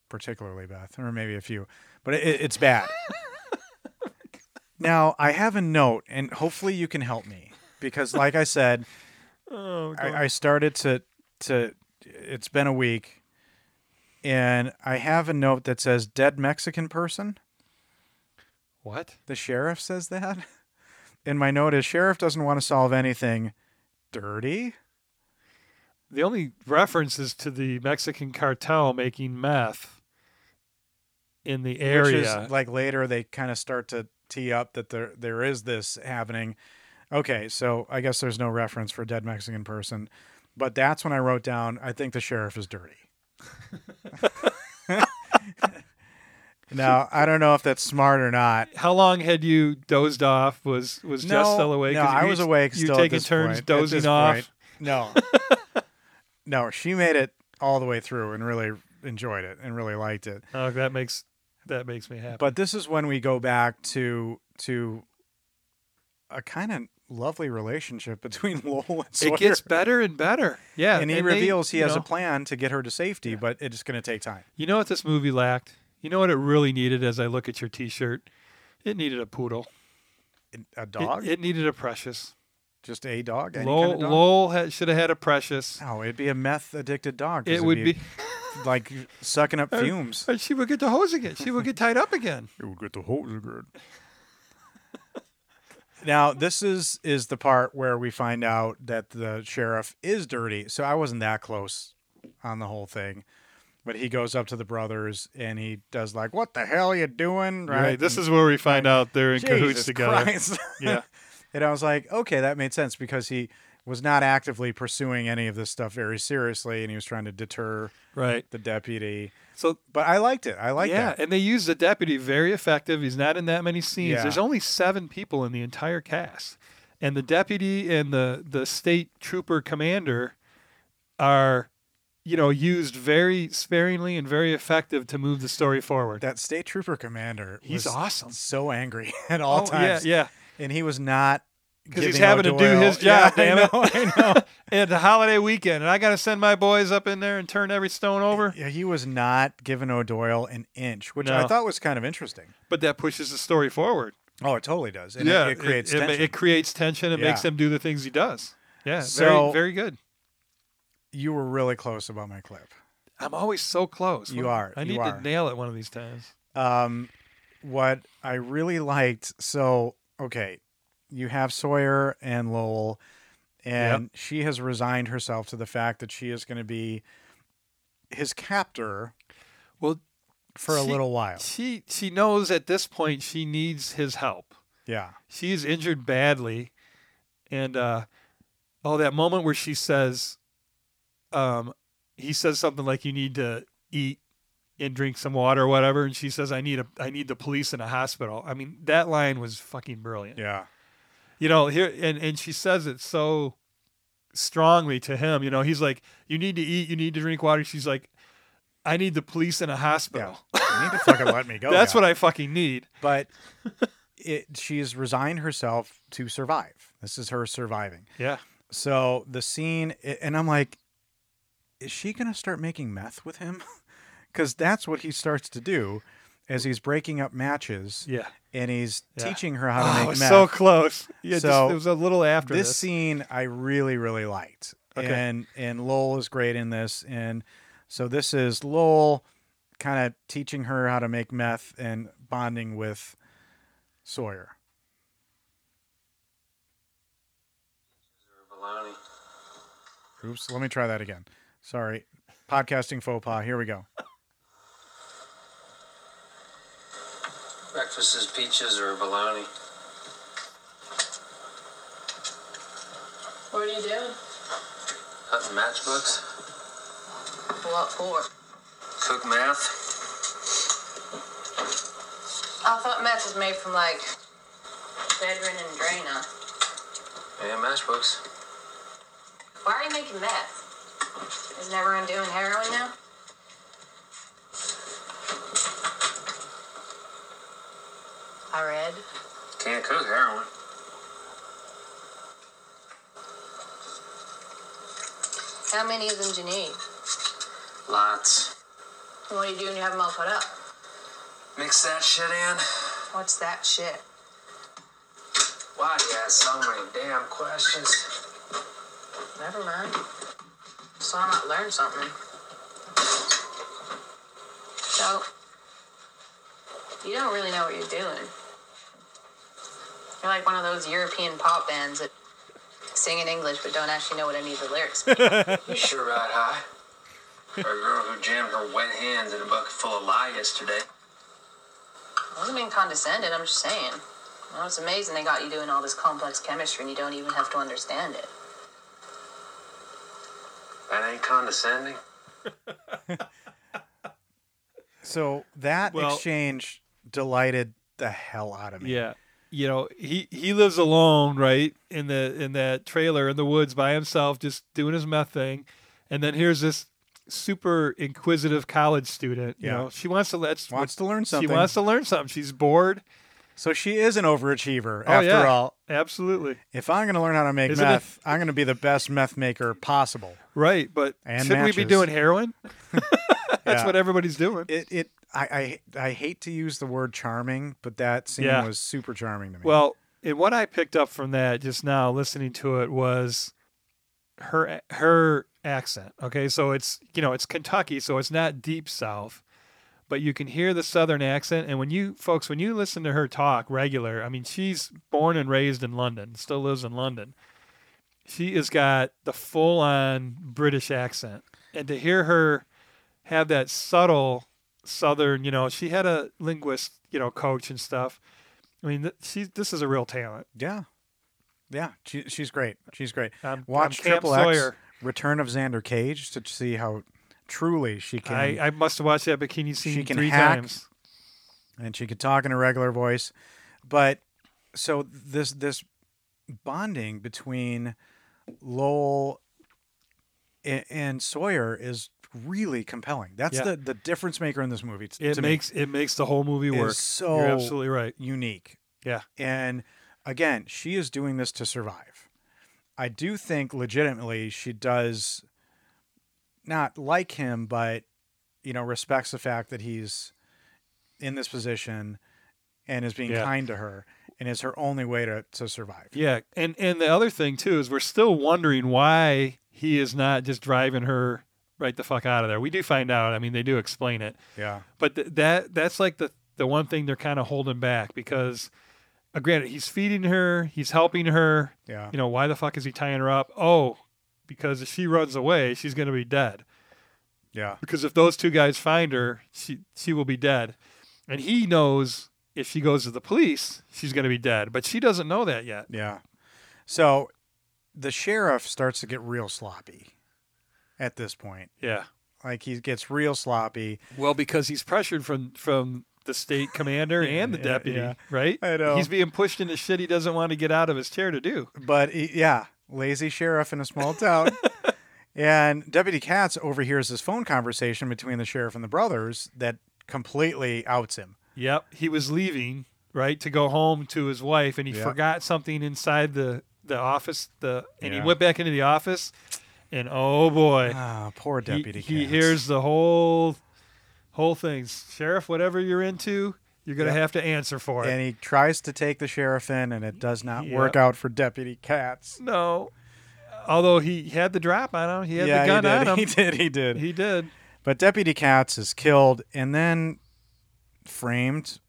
particularly Beth, or maybe a few, but it, it's bad. now, I have a note, and hopefully you can help me because, like I said,
Oh, go
I, I started to to. It's been a week, and I have a note that says "dead Mexican person."
What?
The sheriff says that, and my note is sheriff doesn't want to solve anything dirty.
The only reference is to the Mexican cartel making meth in the
Which
area.
is like later they kind of start to tee up that there there is this happening. Okay, so I guess there's no reference for dead Mexican person, but that's when I wrote down I think the sheriff is dirty. now I don't know if that's smart or not.
How long had you dozed off? Was was Jess
No,
still awake?
No,
'Cause you
I was
each-
awake.
You
still at
taking
this
turns
point, at this
dozing off.
point. No, no, she made it all the way through and really enjoyed it and really liked it.
Oh, that makes that makes me happy.
But this is when we go back to to a kind of lovely relationship between Lowell and Sawyer.
it gets better and better. Yeah,
and he
they-
reveals he
you
has a
know-
plan to get her to safety, but it's going to take time.
You know what this movie lacked? You know what it really needed? As I look at your T-shirt, it needed a poodle.
A
It-
dog,
It, needed a precious.
just a dog. Any
Lowell,
kind of dog?
Lowell had, should have had a precious.
No, it'd be a meth addicted dog. 'cause
It
it'd
would be.
like sucking up fumes.
But she would get the hose again. She would get tied up again.
It would get the whole good. now this is is the part where we find out that the sheriff is dirty. So I wasn't that close on the whole thing, but he goes up to the brothers and he does like, "What the hell are you doing?"
Right. This is where we find out they're in
Jesus
cahoots together.
Christ.
Yeah.
and I was like, okay, that made sense because he was not actively pursuing any of this stuff very seriously, and he was trying to deter
Right.
the deputy.
So
But I liked it. I liked
yeah,
that.
and they use the deputy very effective. He's not in that many scenes.
Yeah.
There's only seven people in the entire cast, and the deputy and the the state trooper commander are, you know, used very sparingly and very effective to move the story forward.
That state trooper commander.
He's
was
awesome.
so angry at all
Oh,
times.
Yeah, yeah.
And he was not
Because he's
giving
having to
out
do
Doyle.
his job,
Yeah,
damn
I
it.
know, I know.
At the holiday weekend, and I got to send my boys up in there and turn every stone over.
yeah, he was not giving O'Doyle an inch, which I
No.
thought was kind of interesting.
But that pushes the story forward.
Oh, it totally does. And it, it creates
it, ma-
tension.
It, creates tension. It makes
Yeah.
him do the things he does. Yeah,
So-
very, very good.
you were really close about my clip.
I'm always so close.
You
What-
are,
I
you
need
are.
to nail it one of these times.
Um, what I really liked. So okay, you have Sawyer and Lowell, and she has resigned herself to the fact that she is going to be his captor
Well,
for a
She-
little while.
she she knows at this point she needs his help.
Yeah.
She's injured badly, and uh, oh, that moment where she says, um, he says something like, "You need to eat." And drink some water or whatever, and she says, "I need a, I need the police in a hospital." I mean, that line was fucking brilliant.
Yeah.
you know here and and she says it so strongly to him you know he's like you need to eat you need to drink water she's like i need the police in a hospital
You need to fucking let me go.
that's
now.
what i fucking need
But it, she's resigned herself to survive. This is her surviving.
yeah
So the scene, and I'm like, is she going to start making meth with him? Because that's what he starts to do as he's breaking up matches
yeah
and he's
Yeah.
teaching her how to
oh,
make meth.
so close yeah
So,
just, it was a little after
this
this,
scene I really, really liked.
Okay.
And, and Lowell is great in this. And so this is Lowell kind of teaching her how to make meth and bonding with Sawyer. Oops, let me try that again. Sorry. Podcasting faux pas. Here we go.
Breakfast is peaches or bologna.
What are you doing?
Hunting matchbooks.
What for?
Cook math.
I thought meth was made from like bedrin and Drano.
Yeah, matchbooks.
Why are you making meth? Isn't everyone doing heroin now? I read.
Can't cook heroin.
How many of them do you need?
Lots.
And What do you do when you have them all put up?
Mix that shit in.
What's that shit?
Why do you ask so many damn questions?
Never mind. So I might learn something. So, you don't really know what you're doing. You're like one of those European pop bands that sing in English but don't actually know what any of the lyrics mean.
You sure ride high. Or a girl who jammed her wet hands in a bucket full of lye yesterday.
I wasn't being condescending, I'm just saying. Well, it's amazing they got you doing all this complex chemistry and you don't even have to understand it.
That ain't condescending.
So that
Well-
exchange delighted the hell out of me.
Yeah. You know, he he lives alone, right? In the in that trailer in the woods by himself, just doing his meth thing. And then here's this super inquisitive college student. You
Yeah.
know, she wants to let
Wants to learn
she
something.
wants to learn something. She's bored.
so she is an overachiever
Oh,
after
yeah.
all.
Absolutely.
If I'm going to learn how to make
Isn't it-
meth, I'm going to be the best meth maker possible.
Right. But
And
should we be
matches.
doing heroin? That's
Yeah.
what everybody's doing.
It, it, I, I, I hate to use the word charming, but that scene
Yeah.
was super charming to me.
Well, and what I picked up from that just now, listening to it, was her her accent. Okay, so it's you know it's Kentucky, so it's not deep south, but you can hear the southern accent. And when you folks, when you listen to her talk regular, I mean, she's born and raised in London, still lives in London. She has got the full on British accent, and to hear her have that subtle southern, you know, she had a linguist, you know, coach and stuff. I mean, th- she this is a real talent.
yeah. Yeah. She, she's great. She's great.
I'm-
Watch
I'm Camp
Triple X
Sawyer.
Return of Xander Cage to see how truly she can.
I, I must have watched that bikini scene
She can
three
hack.
times.
and she could talk in a regular voice but so this this bonding between Lowell and, and Sawyer is really compelling. That's
Yeah.
the the difference maker in this movie. t-
It
to me.
makes it makes the whole movie
Is
work.
so-
You're absolutely right.
unique.
Yeah.
And again, she is doing this to survive. I do think legitimately she does not like him, but you know, respects the fact that he's in this position and is being
Yeah.
kind to her and is her only way to, to survive.
Yeah, and and the other thing too is we're still wondering why he is not just driving her right the fuck out of there. We do find out. I mean, they do explain it.
Yeah.
But th- that that's like the the one thing they're kind of holding back because, uh, granted, he's feeding her, he's helping her.
Yeah.
You know why the fuck is he tying her up? Oh, because if she runs away, she's gonna be dead.
Yeah.
because if those two guys find her, she she will be dead, and he knows if she goes to the police, she's going to be dead, but she doesn't know that yet.
Yeah. So the sheriff starts to get real sloppy at this point.
Yeah.
Like he gets real sloppy.
Well, because he's pressured from from the state commander and the
Yeah,
deputy,
yeah.
right?
I know.
He's being pushed into shit he doesn't want to get out of his chair to do.
But he- yeah, lazy sheriff in a small town. and Deputy Katz overhears this phone conversation between the sheriff and the brothers that completely outs him.
Yep. He was leaving, right, to go home to his wife, and he
Yeah.
forgot something inside the the office. The and
Yeah.
he went back into the office, and oh boy.
Ah, poor
He-
Deputy
he,
Katz.
hears the whole whole thing sheriff whatever you're into you're gonna
Yep.
have to answer for it
and he tries to take the sheriff in, and it does not
Yeah.
work out for Deputy Katz.
no although he had the drop on him he had
yeah,
the gun
he did.
on
He
him
did. He did.
he did
But Deputy Katz is killed and then framed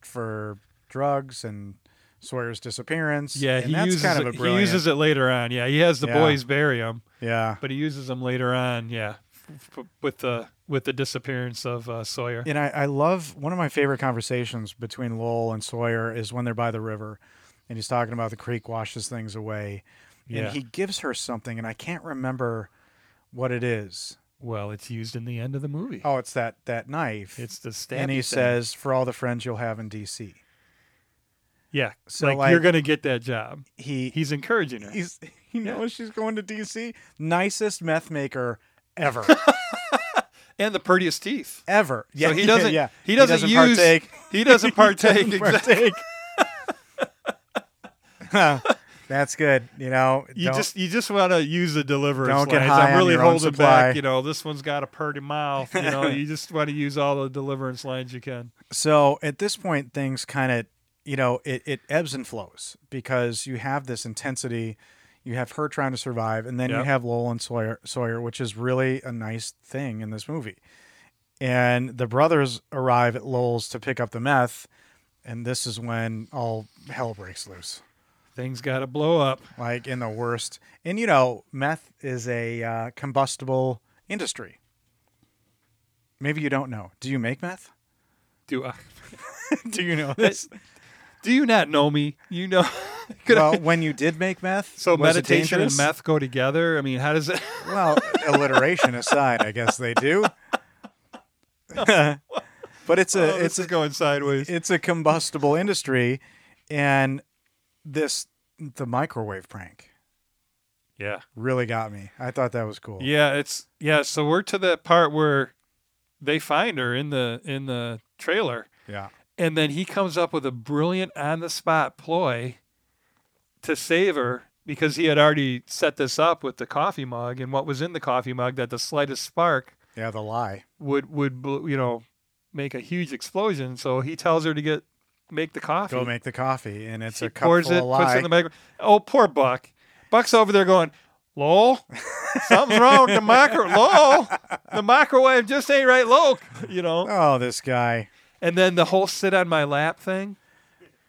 for drugs and Sawyer's disappearance.
yeah
and
he
that's
uses
kind of
it,
a
he
brilliant.
uses it later on yeah he has the
Yeah.
boys bury him
Yeah.
but he uses them later on. Yeah, f- f- with the with the disappearance of uh, Sawyer.
And I, I love one of my favorite conversations between Lowell and Sawyer is when they're by the river and he's talking about the creek washes things away.
Yeah.
And he gives her something, and I can't remember what it is.
Well, it's used in the end of the movie.
Oh, it's that, that knife.
It's the stabby
and he
thing.
says, for all the friends you'll have in D.C.
"Yeah,
So,
like,
like-
you're gonna get that job."
He,
He's encouraging her.
he's, he knows she's going to D.C. Nicest meth maker ever.
and the prettiest teeth.
ever. Yeah,
so he
yeah,
doesn't.
yeah.
He doesn't, use.
partake.
He doesn't partake.
Doesn't
exactly.
partake. That's good. You know,
You
don't-
just you just want to use the deliverance
Don't get
lines.
high
I'm
on
really
your own
holding
supply.
back. You know, this one's got a pretty mouth. You know, you just want to use all the deliverance lines you can.
So at this point, things kind of, you know, it, it ebbs and flows because you have this intensity. You have her trying to survive, and then you
Yep.
have Lowell and Sawyer, Sawyer, which is really a nice thing in this movie. And the brothers arrive at Lowell's to pick up the meth, and this is when all hell breaks loose,
Things got to blow up.
like in the worst. And you know, meth is a uh, combustible industry. Maybe you don't know. Do you make meth?
Do I?
Do you know this?
Do you not know me? You know. Could I-
well, when you did make meth,
so
was it
meditation and
dangerous?
meth go together. I mean, how does it?
Well, alliteration aside, I guess they do. but it's a
Oh,
it's
this is
a
going sideways.
it's a combustible industry, and this the microwave prank
yeah.
really got me. I thought that was cool.
Yeah, it's yeah. So we're to that part where they find her in the in the trailer,
yeah,
and then he comes up with a brilliant on the spot ploy to save her because he had already set this up with the coffee mug and what was in the coffee mug that the slightest spark
yeah. The lie.
would would bl- you know make a huge explosion. So he tells her to get make the coffee.
Go make the coffee, and it's
he
a cup
pours
full
it,
of
puts
lie.
it in the microwave. Oh, poor Buck. Buck's over there going, Lowell, something's wrong with the micro. Lowell, the microwave just ain't right, Lowell. You know.
oh, this guy,
And then the whole sit on my lap thing.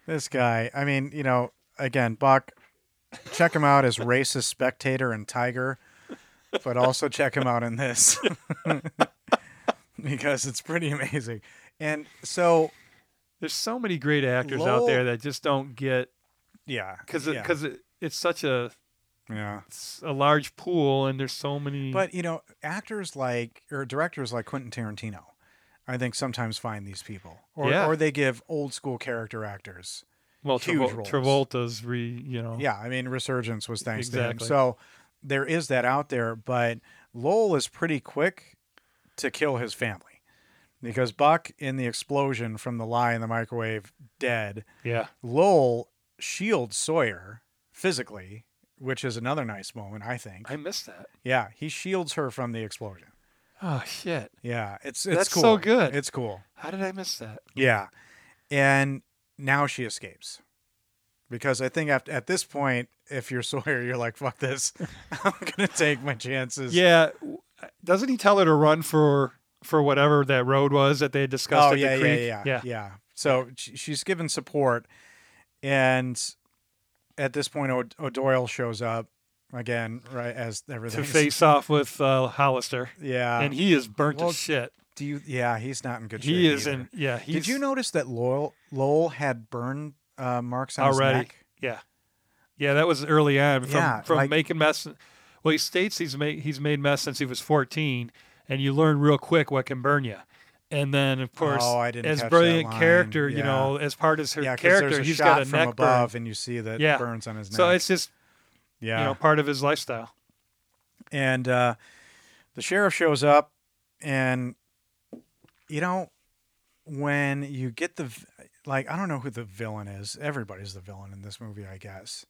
this guy. I mean, you know, again, Buck. Check him out as racist spectator and tiger, but also check him out in this. because it's pretty amazing. And so,
There's so many great actors out
Lowell-
there that just don't get
yeah,
because
yeah,
because it, it's such a
yeah.
it's a large pool and there's so many.
But you know, actors like or directors like Quentin Tarantino, I think sometimes find these people, or
Yeah.
or they give old school character actors.
well,
huge
Travol-
roles.
Travolta's re you know
Yeah, I mean, Resurgence was thanks
Exactly.
to him. So there is that out there, but Lowell is pretty quick to kill his family because Buck in the explosion from the lie in the microwave dead.
yeah
Lowell shields Sawyer physically, which is another nice moment, I think.
I missed that.
Yeah, he shields her from the explosion.
Oh shit!
Yeah, it's it's
That's
cool.
so good.
It's cool.
How did I miss that?
Yeah, and now she escapes because I think at, at this point, if you're Sawyer, you're like, "Fuck this, I'm gonna take my chances."
Yeah, w- doesn't he tell her to run for for whatever that road was that they had discussed
Oh
at the
yeah, yeah,
creek?
yeah, yeah, yeah. So sh- she's given support, and at this point, O- O'Doyle shows up again, right as everything
To face off with uh, Hollister,
Yeah,
and he is burnt
Uh, well,
to shit.
do you? Yeah, he's not in good shape.
He is
either.
in. Yeah, he's
Did you notice that Lowell Lowell had burn uh, marks on
already?
his neck?
Yeah, yeah, that was early on from
Yeah,
from
like-
making mess. Well, he states he's made he's made mess since he was fourteen, and you learn real quick what can burn you. And then, of course,
Oh, I didn't
as
catch that
brilliant
line.
character, you
Yeah.
know, as part of her
yeah, 'cause
character,
there's a
he's
shot
got a
from
neck burn.
above, and you see that
Yeah.
burns on his neck.
So it's just
yeah,
you know part of his lifestyle.
and uh, the sheriff shows up, and you know when you get the v- like, I don't know who the villain is. Everybody's the villain in this movie, I guess.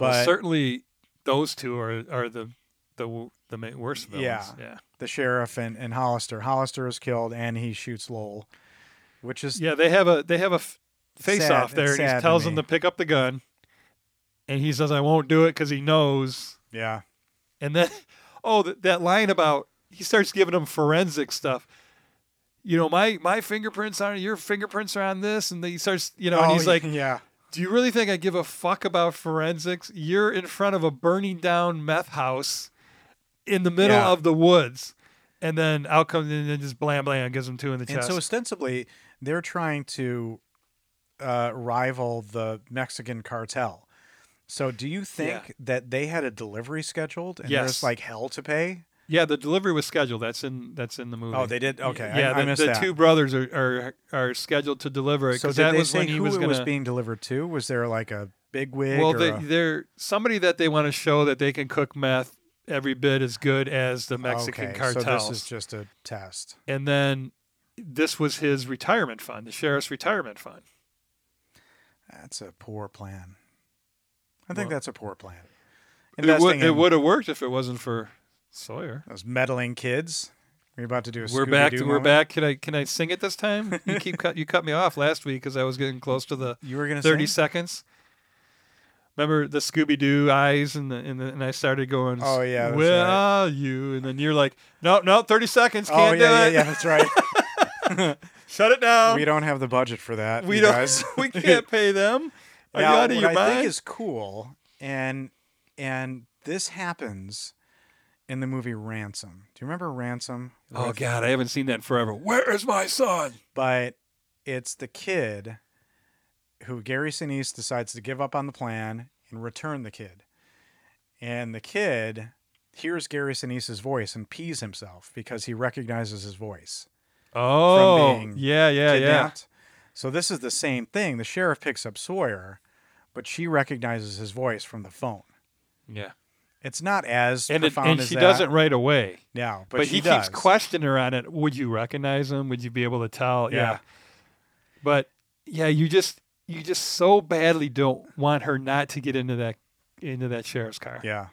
Well,
But
certainly those two are are the the w- the ma- worst villains.
Yeah.
yeah,
the sheriff and, and Hollister, Hollister is killed, and he shoots Lowell, which is
Yeah, They have a they have a f- face
Sad-
off there,
it's
and he
sad to
tells him
me.
to pick up the gun, and he says, "I won't do it" because he knows.
yeah,
And then, oh, th- that line about he starts giving him forensic stuff. You know, my my fingerprints on your fingerprints are on this, and then he starts, you know, and
Oh,
he's like,
yeah,
"Do you really think I give a fuck about forensics? You're in front of a burning down meth house." in the middle
Yeah.
of the woods, and then out comes and then just blam blam gives him two in the
And
chest.
so ostensibly, they're trying to uh, rival the Mexican cartel. So do you think that they had a delivery scheduled and
Yes.
there's like hell to pay?
yeah, the delivery was scheduled. That's in that's in the movie.
Oh, they did. Okay,
yeah,
I, I
the,
missed
the
that.
two brothers are, are are scheduled to deliver it
so
'cause
did
that
they
was
say
when he
who
was
it
gonna.
was being delivered to? Was there like a big wig?
well,
or
they,
a-
they're somebody that they want to show that they can cook meth every bit as good as the Mexican
okay,
cartels.
So this is just a test.
and then this was his retirement fund, the sheriff's retirement fund.
That's a poor plan. I think that's a poor plan.
It would,
Investing
it
in
would have worked if it wasn't for Sawyer.
those meddling kids. We're about to do a.
We're back.
Scooby-Doo
We're
moment.
back. Can I can I sing it this time? You keep cut. You cut me off last week because I was getting close to the
You were gonna
thirty
sing?
seconds. Remember the Scooby Doo eyes and the, and the, and I started going.
Oh, yeah, that's
Well,
right.
you and then you're like, no, no, thirty seconds.
Oh
Can't
yeah,
do
yeah,
it.
yeah. That's right.
Shut it down.
we don't have the budget for that.
We
you
don't.
Guys.
we can't pay them. Are
now,
you out of
what
your
I
mind?
think is cool, and and this happens in the movie Ransom. Do you remember Ransom?
oh
With-
God, I haven't seen that in forever. Where is my son?
But it's the kid who Gary Sinise decides to give up on the plan and return the kid, and the kid hears Gary Sinise's voice and pees himself because he recognizes his voice.
Oh,
being
yeah, yeah, yeah.
kidnapped. So this is the same thing. The sheriff picks up Sawyer, but she recognizes his voice from the phone.
Yeah.
It's not as
And, it,
profound
and
as
she
that.
doesn't right away.
No, but,
But,
she
he
does.
keeps questioning her on it. Would you recognize him? Would you be able to tell? Yeah.
Yeah.
But yeah, you just you just so badly don't want her not to get into that into that sheriff's car.
Yeah,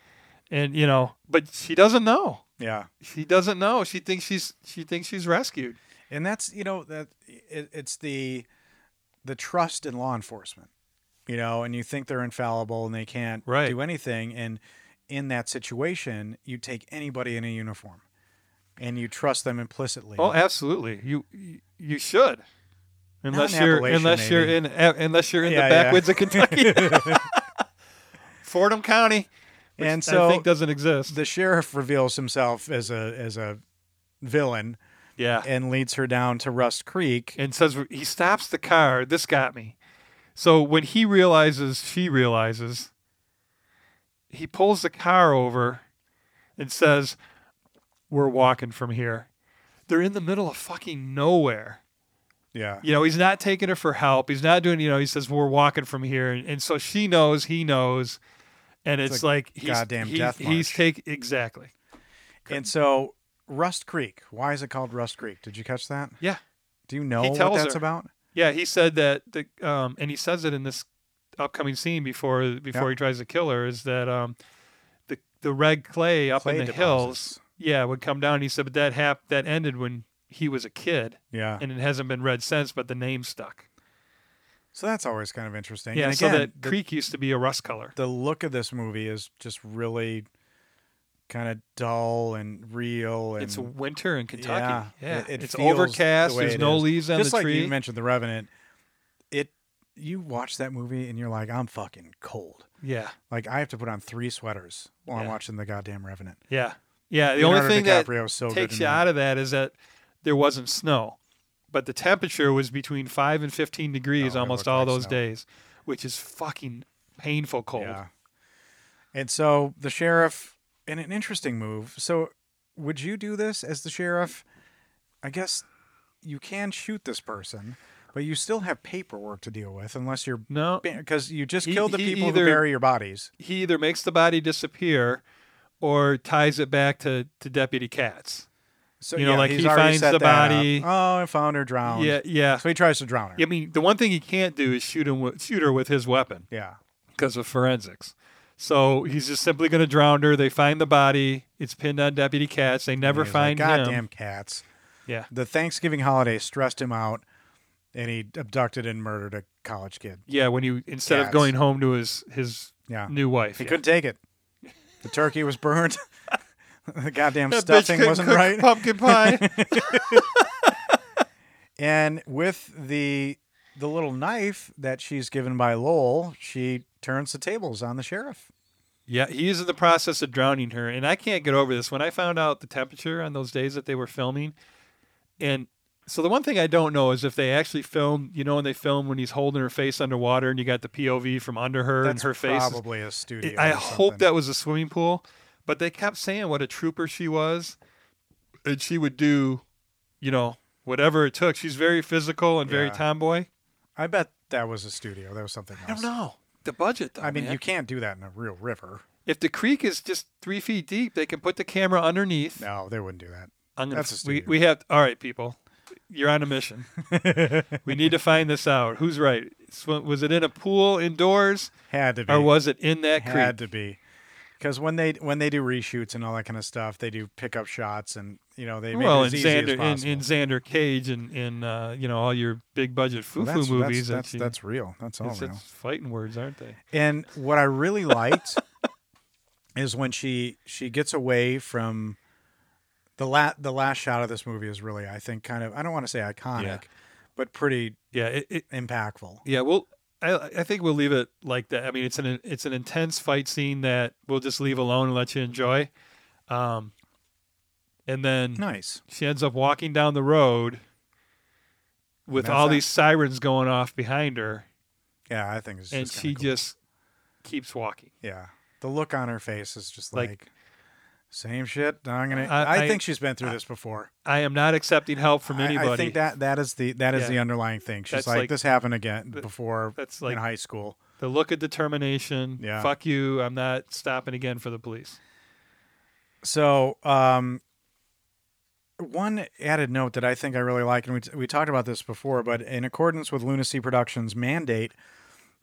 And you know, but she doesn't know.
yeah,
She doesn't know. She thinks she's she thinks she's rescued.
and that's you know that it, it's the the trust in law enforcement, you know, and you think they're infallible and they can't
Right.
do anything, and in that situation, you take anybody in a uniform, and you trust them implicitly.
Oh, absolutely. You you- you should. Unless
in
you're
Appalachian,
unless you're
maybe.
in uh, unless you're in
Yeah,
the
yeah.
backwoods of Kentucky. Fordham County. which
and so
I think doesn't exist.
the sheriff reveals himself as a as a villain
yeah.
and leads her down to Rust Creek.
and says he stops the car. This got me. So when he realizes she realizes, he pulls the car over and says, "We're walking from here." They're in the middle of fucking nowhere.
Yeah.
You know, he's not taking her for help. He's not doing. You know, he says, "We're walking from here," and, and so she knows, he knows, and it's,
a
like he's,
goddamn
he's,
death
He's
march.
take exactly.
And so Rust Creek. Why is it called Rust Creek? Did you catch that?
Yeah.
Do you know
He
what
tells
that's
her.
about?
Yeah, he said that the um, and he says it in this upcoming scene before before he tries to kill her is that um, the the red clay up
Clay
in the
deposits.
hills, yeah, would come down. And he said, but that hap- that ended when he was a kid,
Yeah.
and it hasn't been read since. But the name stuck.
so that's always kind of interesting.
Yeah,
and
so
again,
that
the,
creek used to be a rust color.
the look of this movie is just really kind of dull and real and
It's winter in
yeah,
Kentucky. Yeah,
it- it
it's
feels the
overcast.
way
There's
it
no
is.
leaves on
Just
the
like
tree.
You mentioned the Revenant. It you watch that movie and you're like, I'm fucking cold.
yeah,
Like I have to put on three sweaters while I'm
Yeah.
watching the goddamn Revenant.
yeah, yeah. The
Leonardo
only thing that
DiCaprio is so good
takes
in
you
that.
out of that is that there wasn't snow, but the temperature was between five and fifteen degrees
No, Oh, it
almost
looked
all
like
those
snow.
days, which is fucking painful cold.
Yeah. And so the sheriff, in an interesting move. So, would you do this as the sheriff? I guess you can shoot this person, but you still have paperwork to deal with, unless you're
No,
because you just
He-
killed the
E, he
people
either-
who bury your bodies.
he either makes the body disappear or ties it back to, to Deputy Katz.
So
You know,
yeah,
like,
he's
he
already
finds
set
the
that up.
body.
Oh, I found her drowned.
Yeah, yeah.
So he tries to drown her.
I mean, the one thing he can't do is shoot him with, shoot her with his weapon
Yeah.
because of forensics. So he's just simply going to drown her. They find the body. It's pinned on Deputy Katz. They never
He's
find
like,
him.
Goddamn cats.
Yeah.
The Thanksgiving holiday stressed him out, and he abducted and murdered a college kid.
Yeah, when he instead of
Yes.
going home to his his
Yeah.
new wife,
He
yeah.
couldn't take it. The turkey was burnt. the goddamn
That bitch
stuffing
couldn't
wasn't
cook
right.
Pumpkin pie.
And with the the little knife that she's given by Lowell, she turns the tables on the sheriff.
Yeah, he is in the process of drowning her, and I can't get over this. When I found out the temperature on those days that they were filming, and so the one thing I don't know is if they actually filmed, you know, when they film when he's holding her face underwater, and you got the POV from under her and
That's
her face. is-
probably a studio.
I
or
hope
something.
that was a swimming pool, but they kept saying what a trooper she was, and she would do, you know, whatever it took. She's very physical and very
Yeah.
tomboy.
I bet that was a studio. That was something else.
I don't know the budget though.
I mean,
man.
you can't do that in a real river.
if the creek is just three feet deep, they can put the camera underneath.
No, they wouldn't do that.
I'm gonna.
That's a
f- we
studio.
we have all right, people. You're on a mission. we need to find this out. Who's right? Sw- Was it in a pool indoors,
Had to be.
or was it in that creek?
had to be. Because when they when they do reshoots and all that kind of stuff, they do pickup shots and you know they make
well,
it as
in
easy as
Xander, in,
possible.
in Xander Cage, and in uh, you know all your big budget foo
Well,
foo
that's-
movies.
That's, that's,
that you-
that's real. That's all
it's,
real.
it's fighting words, aren't they?
And what I really liked is when she she gets away from the la- the last shot of this movie is really I think kind of I don't want to say iconic,
Yeah.
but pretty
Yeah, it, it,
impactful.
yeah. Well, I, I think we'll leave it like that. I mean, it's an it's an intense fight scene that we'll just leave alone and let you enjoy. Um, and then
Nice.
she ends up walking down the road with
that's
all
it.
these sirens going off behind her,
Yeah, I think it's
and
just kinda
she
cool.
just keeps walking.
yeah. The look on her face is just like,
Like-
same shit. I'm gonna.
I-
I,
I-
think she's been through this before.
I am not accepting help from
I-
anybody.
I, think that that is the that is
Yeah.
the underlying thing. She's
That's
like,
like-
this happened again before
that's like-
in high school.
The look of determination.
Yeah.
Fuck you. I'm not stopping again for the police.
So, um, one added note that I think I really like, and we, we talked about this before, but in accordance with Lunacy Productions' mandate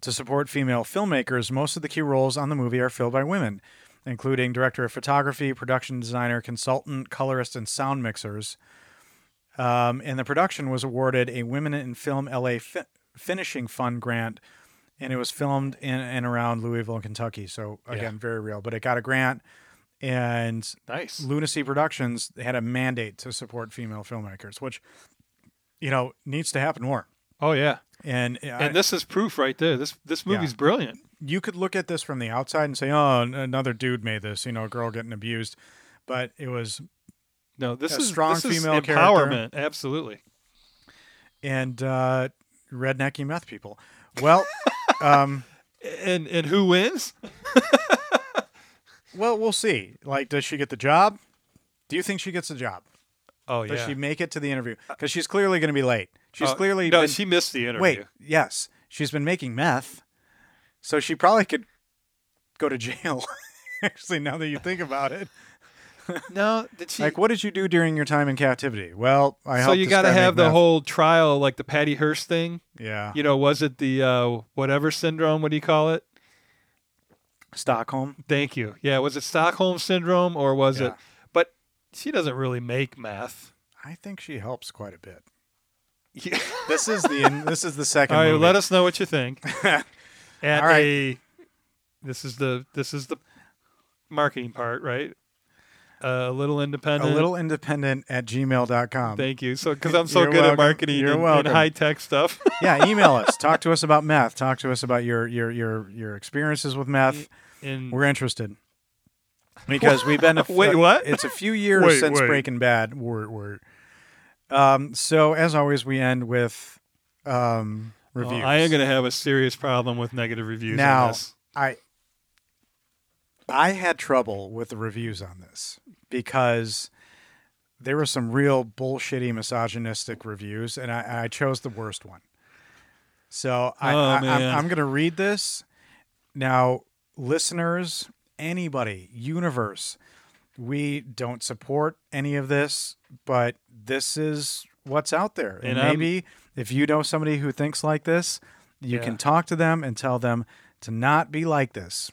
to support female filmmakers, most of the key roles on the movie are filled by women, including director of photography, production designer, consultant, colorist, and sound mixers. Um, and the production was awarded a Women in Film LA fi- Finishing Fund grant, and it was filmed in and around Louisville, Kentucky. So, again, very real, but it got a grant. And
Nice.
Lunacy Productions had a mandate to support female filmmakers, which you know needs to happen more.
Oh yeah.
And, I-
and this is proof right there. This this
Yeah.
movie's brilliant.
you could look at this from the outside and say, "Oh, an- another dude made this," you know, a girl getting abused, but it was.
No, this
A
is
strong
this is
female character.
empowerment. Absolutely.
And uh, rednecky meth people. Well, um,
And and who wins?
well, we'll see. Like, does she get the job? Do you think she gets the job?
Oh yeah.
Does she make it to the interview? Because she's clearly going to be late. She's
Oh,
clearly
no.
been-
She missed the interview.
Wait, yes, she's been making meth, so she probably could go to jail. Actually, now that you think about it,
No. Did she?
like, what did you do during your time in captivity? Well, I
so
helped
you
this
got to
guy make
have the
meth.
whole trial, like the Patty Hearst thing.
yeah
You know, was it the uh, whatever syndrome? What do you call it?
Stockholm.
Thank you. Yeah. Was it Stockholm syndrome or was it?
Yeah.
But she doesn't really make math.
I think she helps quite a bit.
Yeah.
This is the in, this is the second.
All right,
movie.
let us know what you think. At
All right.
a, this is the this is the marketing part, right? Uh, a little
a
independent.
little independent at gmail.com.
Thank you. So, because I'm so
You're
good
welcome.
at marketing
You're
and,
welcome.
high tech stuff.
yeah, email us. Talk to us about meth. Talk to us about your your your your experiences with meth.
and
We're interested because we've been a
Wait, what?
It's a few years
Wait,
since
wait.
Breaking Bad. Word, word. Um, so as always, we end with um,
well,
reviews.
I am going to have a serious problem with negative reviews. on
Now-
this.
I I had trouble with the reviews on this because there were some real bullshitty misogynistic reviews, and I, and I chose the worst one. So I,
Oh,
I, I'm,
man.
I'm going to read this now, listeners, anybody, universe. We don't support any of this, but this is what's out there. And,
And I'm-
maybe if you know somebody who thinks like this, you
Yeah.
can talk to them and tell them to not be like this.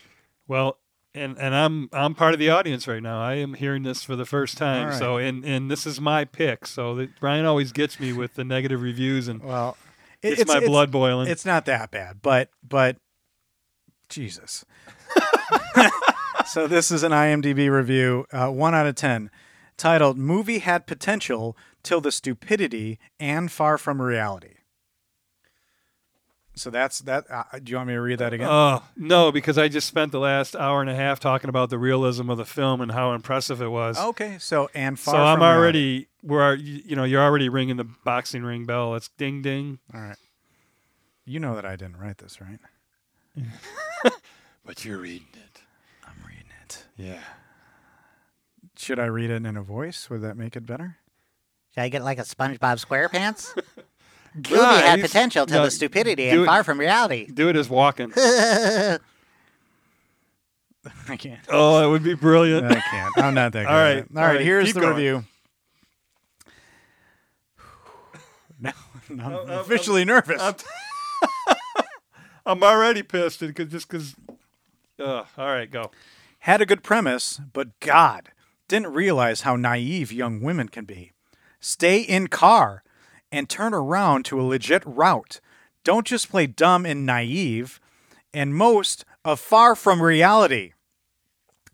Well, and and I'm I'm part of the audience right now. I am hearing this for the first time.
All right.
So, and and this is my pick. So that Brian always gets me with the negative reviews, and
Well, it-
it's, my blood boiling.
Oh. It's not that bad, but but Jesus. so this is an IMDb review, uh, one out of ten, titled "Movie Had Potential Till the Stupidity and Far from Reality." So that's that. Uh, do you want me to read that again?
Oh, no, because I just spent the last hour and a half talking about the realism of the film and how impressive it was.
okay. uh, So and Oh, far.
so I'm
from reality.
already, we're, al- you you know, you're already ringing the boxing ring bell. It's ding ding.
All right. You know that I didn't write this, right?
But you're reading it.
I'm reading it.
Yeah.
Should I read it in a voice? Would that make it better?
Should I get like a SpongeBob SquarePants?
God,
Movie had
he's-
potential till
no,
the stupidity
do
and
it-
far from reality.
Do it as walking.
I can't.
oh, that would be brilliant.
I can't. I'm not that good.
All right.
at it. All right.
All right.
Here's
Keep
the
going.
review. now, now I'm officially nervous.
I'm already pissed at- cause, just because. Uh, all right, go.
Had a good premise, but God, didn't realize how naive young women can be. Stay in car and turn around to a legit route. Don't just play dumb and naive, and most of far from reality.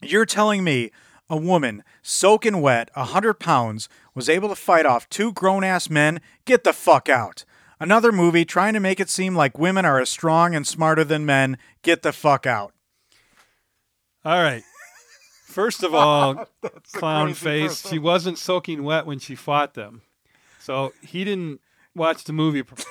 You're telling me a woman, soaking wet, a 100 pounds, was able to fight off two grown ass men? Get the fuck out. Another movie trying to make it seem like women are as strong and smarter than men? Get the fuck out.
All right. First of all, clown face. She wasn't soaking wet when she fought them, so he didn't watch the movie. pr-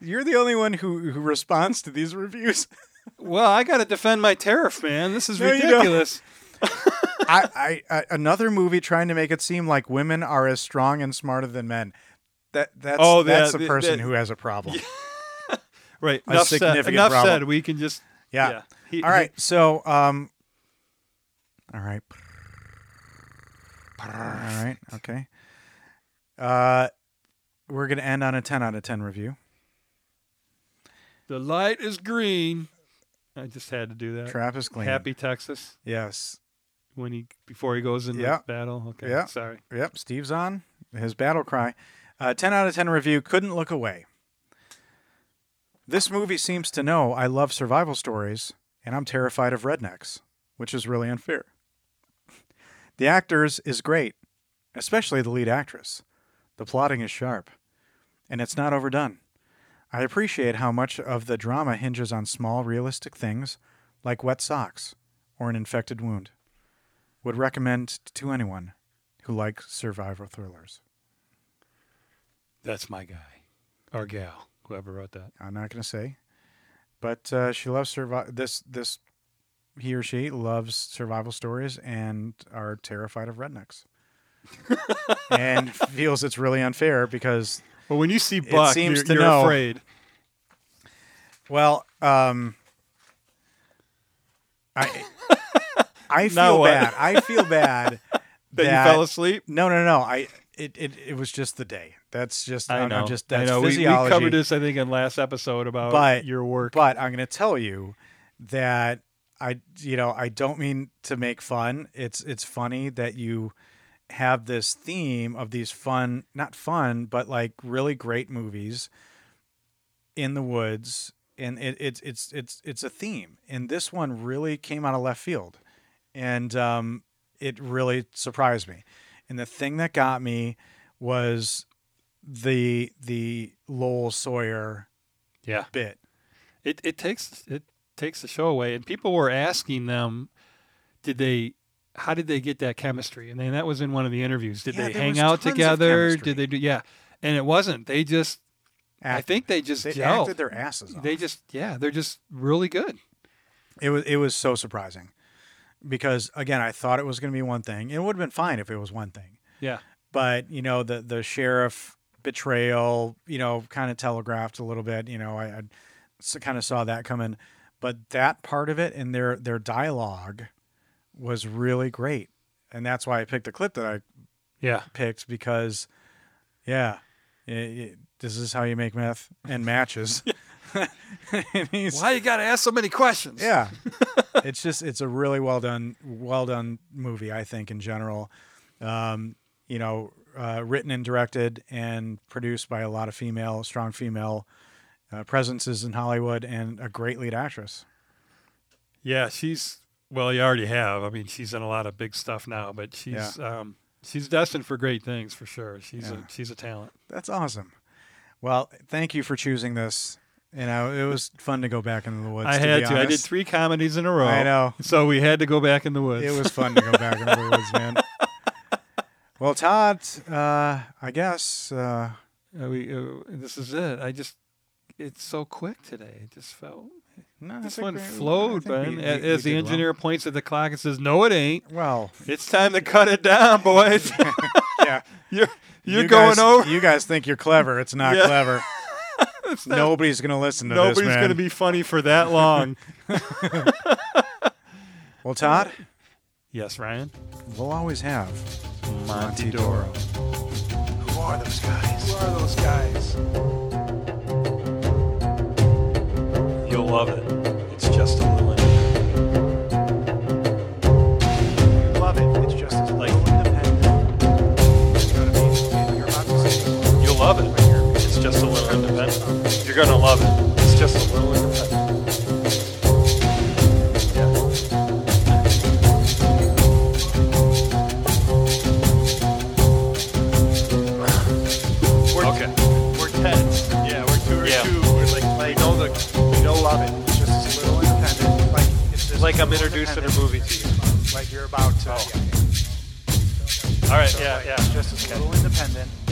You're the only one who, who responds to these reviews.
Well, I got to defend my tariff, man. This is
No, you don't.
ridiculous.
I, I, I another movie trying to make it seem like women are as strong and smarter than men. That that's
Oh, that-
that's the
that-
person
that-
who has a problem.
Right.
A
enough said.
significant
Enough
problem.
said. We can just.
Yeah.
He-
all right. So um. All right. All right. Okay. Uh, we're gonna end on a ten out of ten
he-
review.
the light is green. I just had to do that.
Trap is clean.
Happy Texas
Yes.
when he before he goes into
Yeah.
battle. Okay.
Yeah.
Sorry.
Yep. Steve's on his battle cry. Uh, 10 out of 10 review. Couldn't look away. This movie seems to know I love survival stories and I'm terrified of rednecks, which is really unfair. The actors is great, especially the lead actress. The plotting is sharp and it's not overdone. I appreciate how much of the drama hinges on small, realistic things like wet socks or an infected wound. Would recommend to anyone who like survival thrillers.
That's my guy, or gal, whoever wrote that.
I'm not going to say, but uh, she loves survival. This this he or she loves survival stories and are terrified of rednecks, and feels it's really unfair because
Well, when you see Buck,
seems
you're,
to
you're
know.
afraid.
well, um, I I feel
Now what?
bad. I feel bad that,
That, you fell asleep.
No, no, no. I it, it it was just the day. That's just
I
I'm-
know.
I'm just that's
I know. We, we
physiology.
covered this, I think, in last episode about
But-
your work.
But I'm going to tell you that I, you know, I don't mean to make fun. It's it's funny that you have this theme of these fun, not fun, but like really great movies in the woods, and it, it's it's it's it's a theme. And this one really came out of left field, and um, it really surprised me. And the thing that got me was the the Lowell Sawyer
yeah,
bit.
it it takes it takes the show away. And people were asking them, did they? How did they get that chemistry? And then that was in one of the interviews. Did
Yeah,
they
there
hang
was
out
tons of
together?
chemistry.
Did they do? Yeah, and it wasn't. They just. I
Act-
think they just
they
gelled.
acted their asses off.
They just yeah, they're just really good.
it was it was so surprising because again, I thought it was going to be one thing. It would have been fine if it was one thing,
Yeah,
but you know the the sheriff betrayal, you know, kind of telegraphed a little bit. You know, I, I kind of saw that coming, but that part of it and their their dialogue was really great, and that's why I picked the clip that I
yeah.
picked because, yeah, it, it- this is how you make meth and matches. And he's-
Why you gotta ask so many questions?
Yeah. it's just it's a really well done well done movie I think in general. Um, you know, uh, written and directed and produced by a lot of female strong female uh, presences in Hollywood and a great lead actress.
Yeah, she's well. You already have. I mean, she's in a lot of big stuff now, but she's um, she's destined for great things for sure. She's a she's a talent.
That's awesome. Well, thank you for choosing this You know, it was fun to go back into the woods.
I
to
had
be
to. I did
honest.
three comedies in a row.
I know.
So we had to go back in the woods.
It was fun to go back into the woods, man. Well, Todd, uh, I guess uh,
Uh, we, uh, this is it. I just. It's so quick today. It just felt.
no, I
This
think
one
we- I
flowed, man.
think we-
As,
we-
as the
we did well.
engineer points at the clock and says, "No, it ain't.
Well,
It's time to cut it down, boys.
yeah.
you're you're
You
going
guys-
over.
You guys think you're clever. It's not
Yeah.
clever. Nobody's going to listen to this,
Nobody's
man.
going to be funny for that long."
Well, Todd,
yes, Ryan.
we'll always have
Monty
Doro.
Who are those guys?
Who are those guys? You'll love it. It's just a little independent.
Love it. It's just as
Like-
little independent. It's gonna be- you're about to say-
You'll love it. It's just a little independent. You're gonna love it. It's just a little independent. Yeah.
We're,
Okay.
We're tense.
Yeah, we're two
We're
yeah.
two. We're like, like,
We know the
you'll love it. It's just a little independent. Like, it's just
like
a
I'm
little
introducing a
independent.
movie to you.
Like you're about to.
All right,
So,
yeah,
like,
yeah.
It's just a little independent.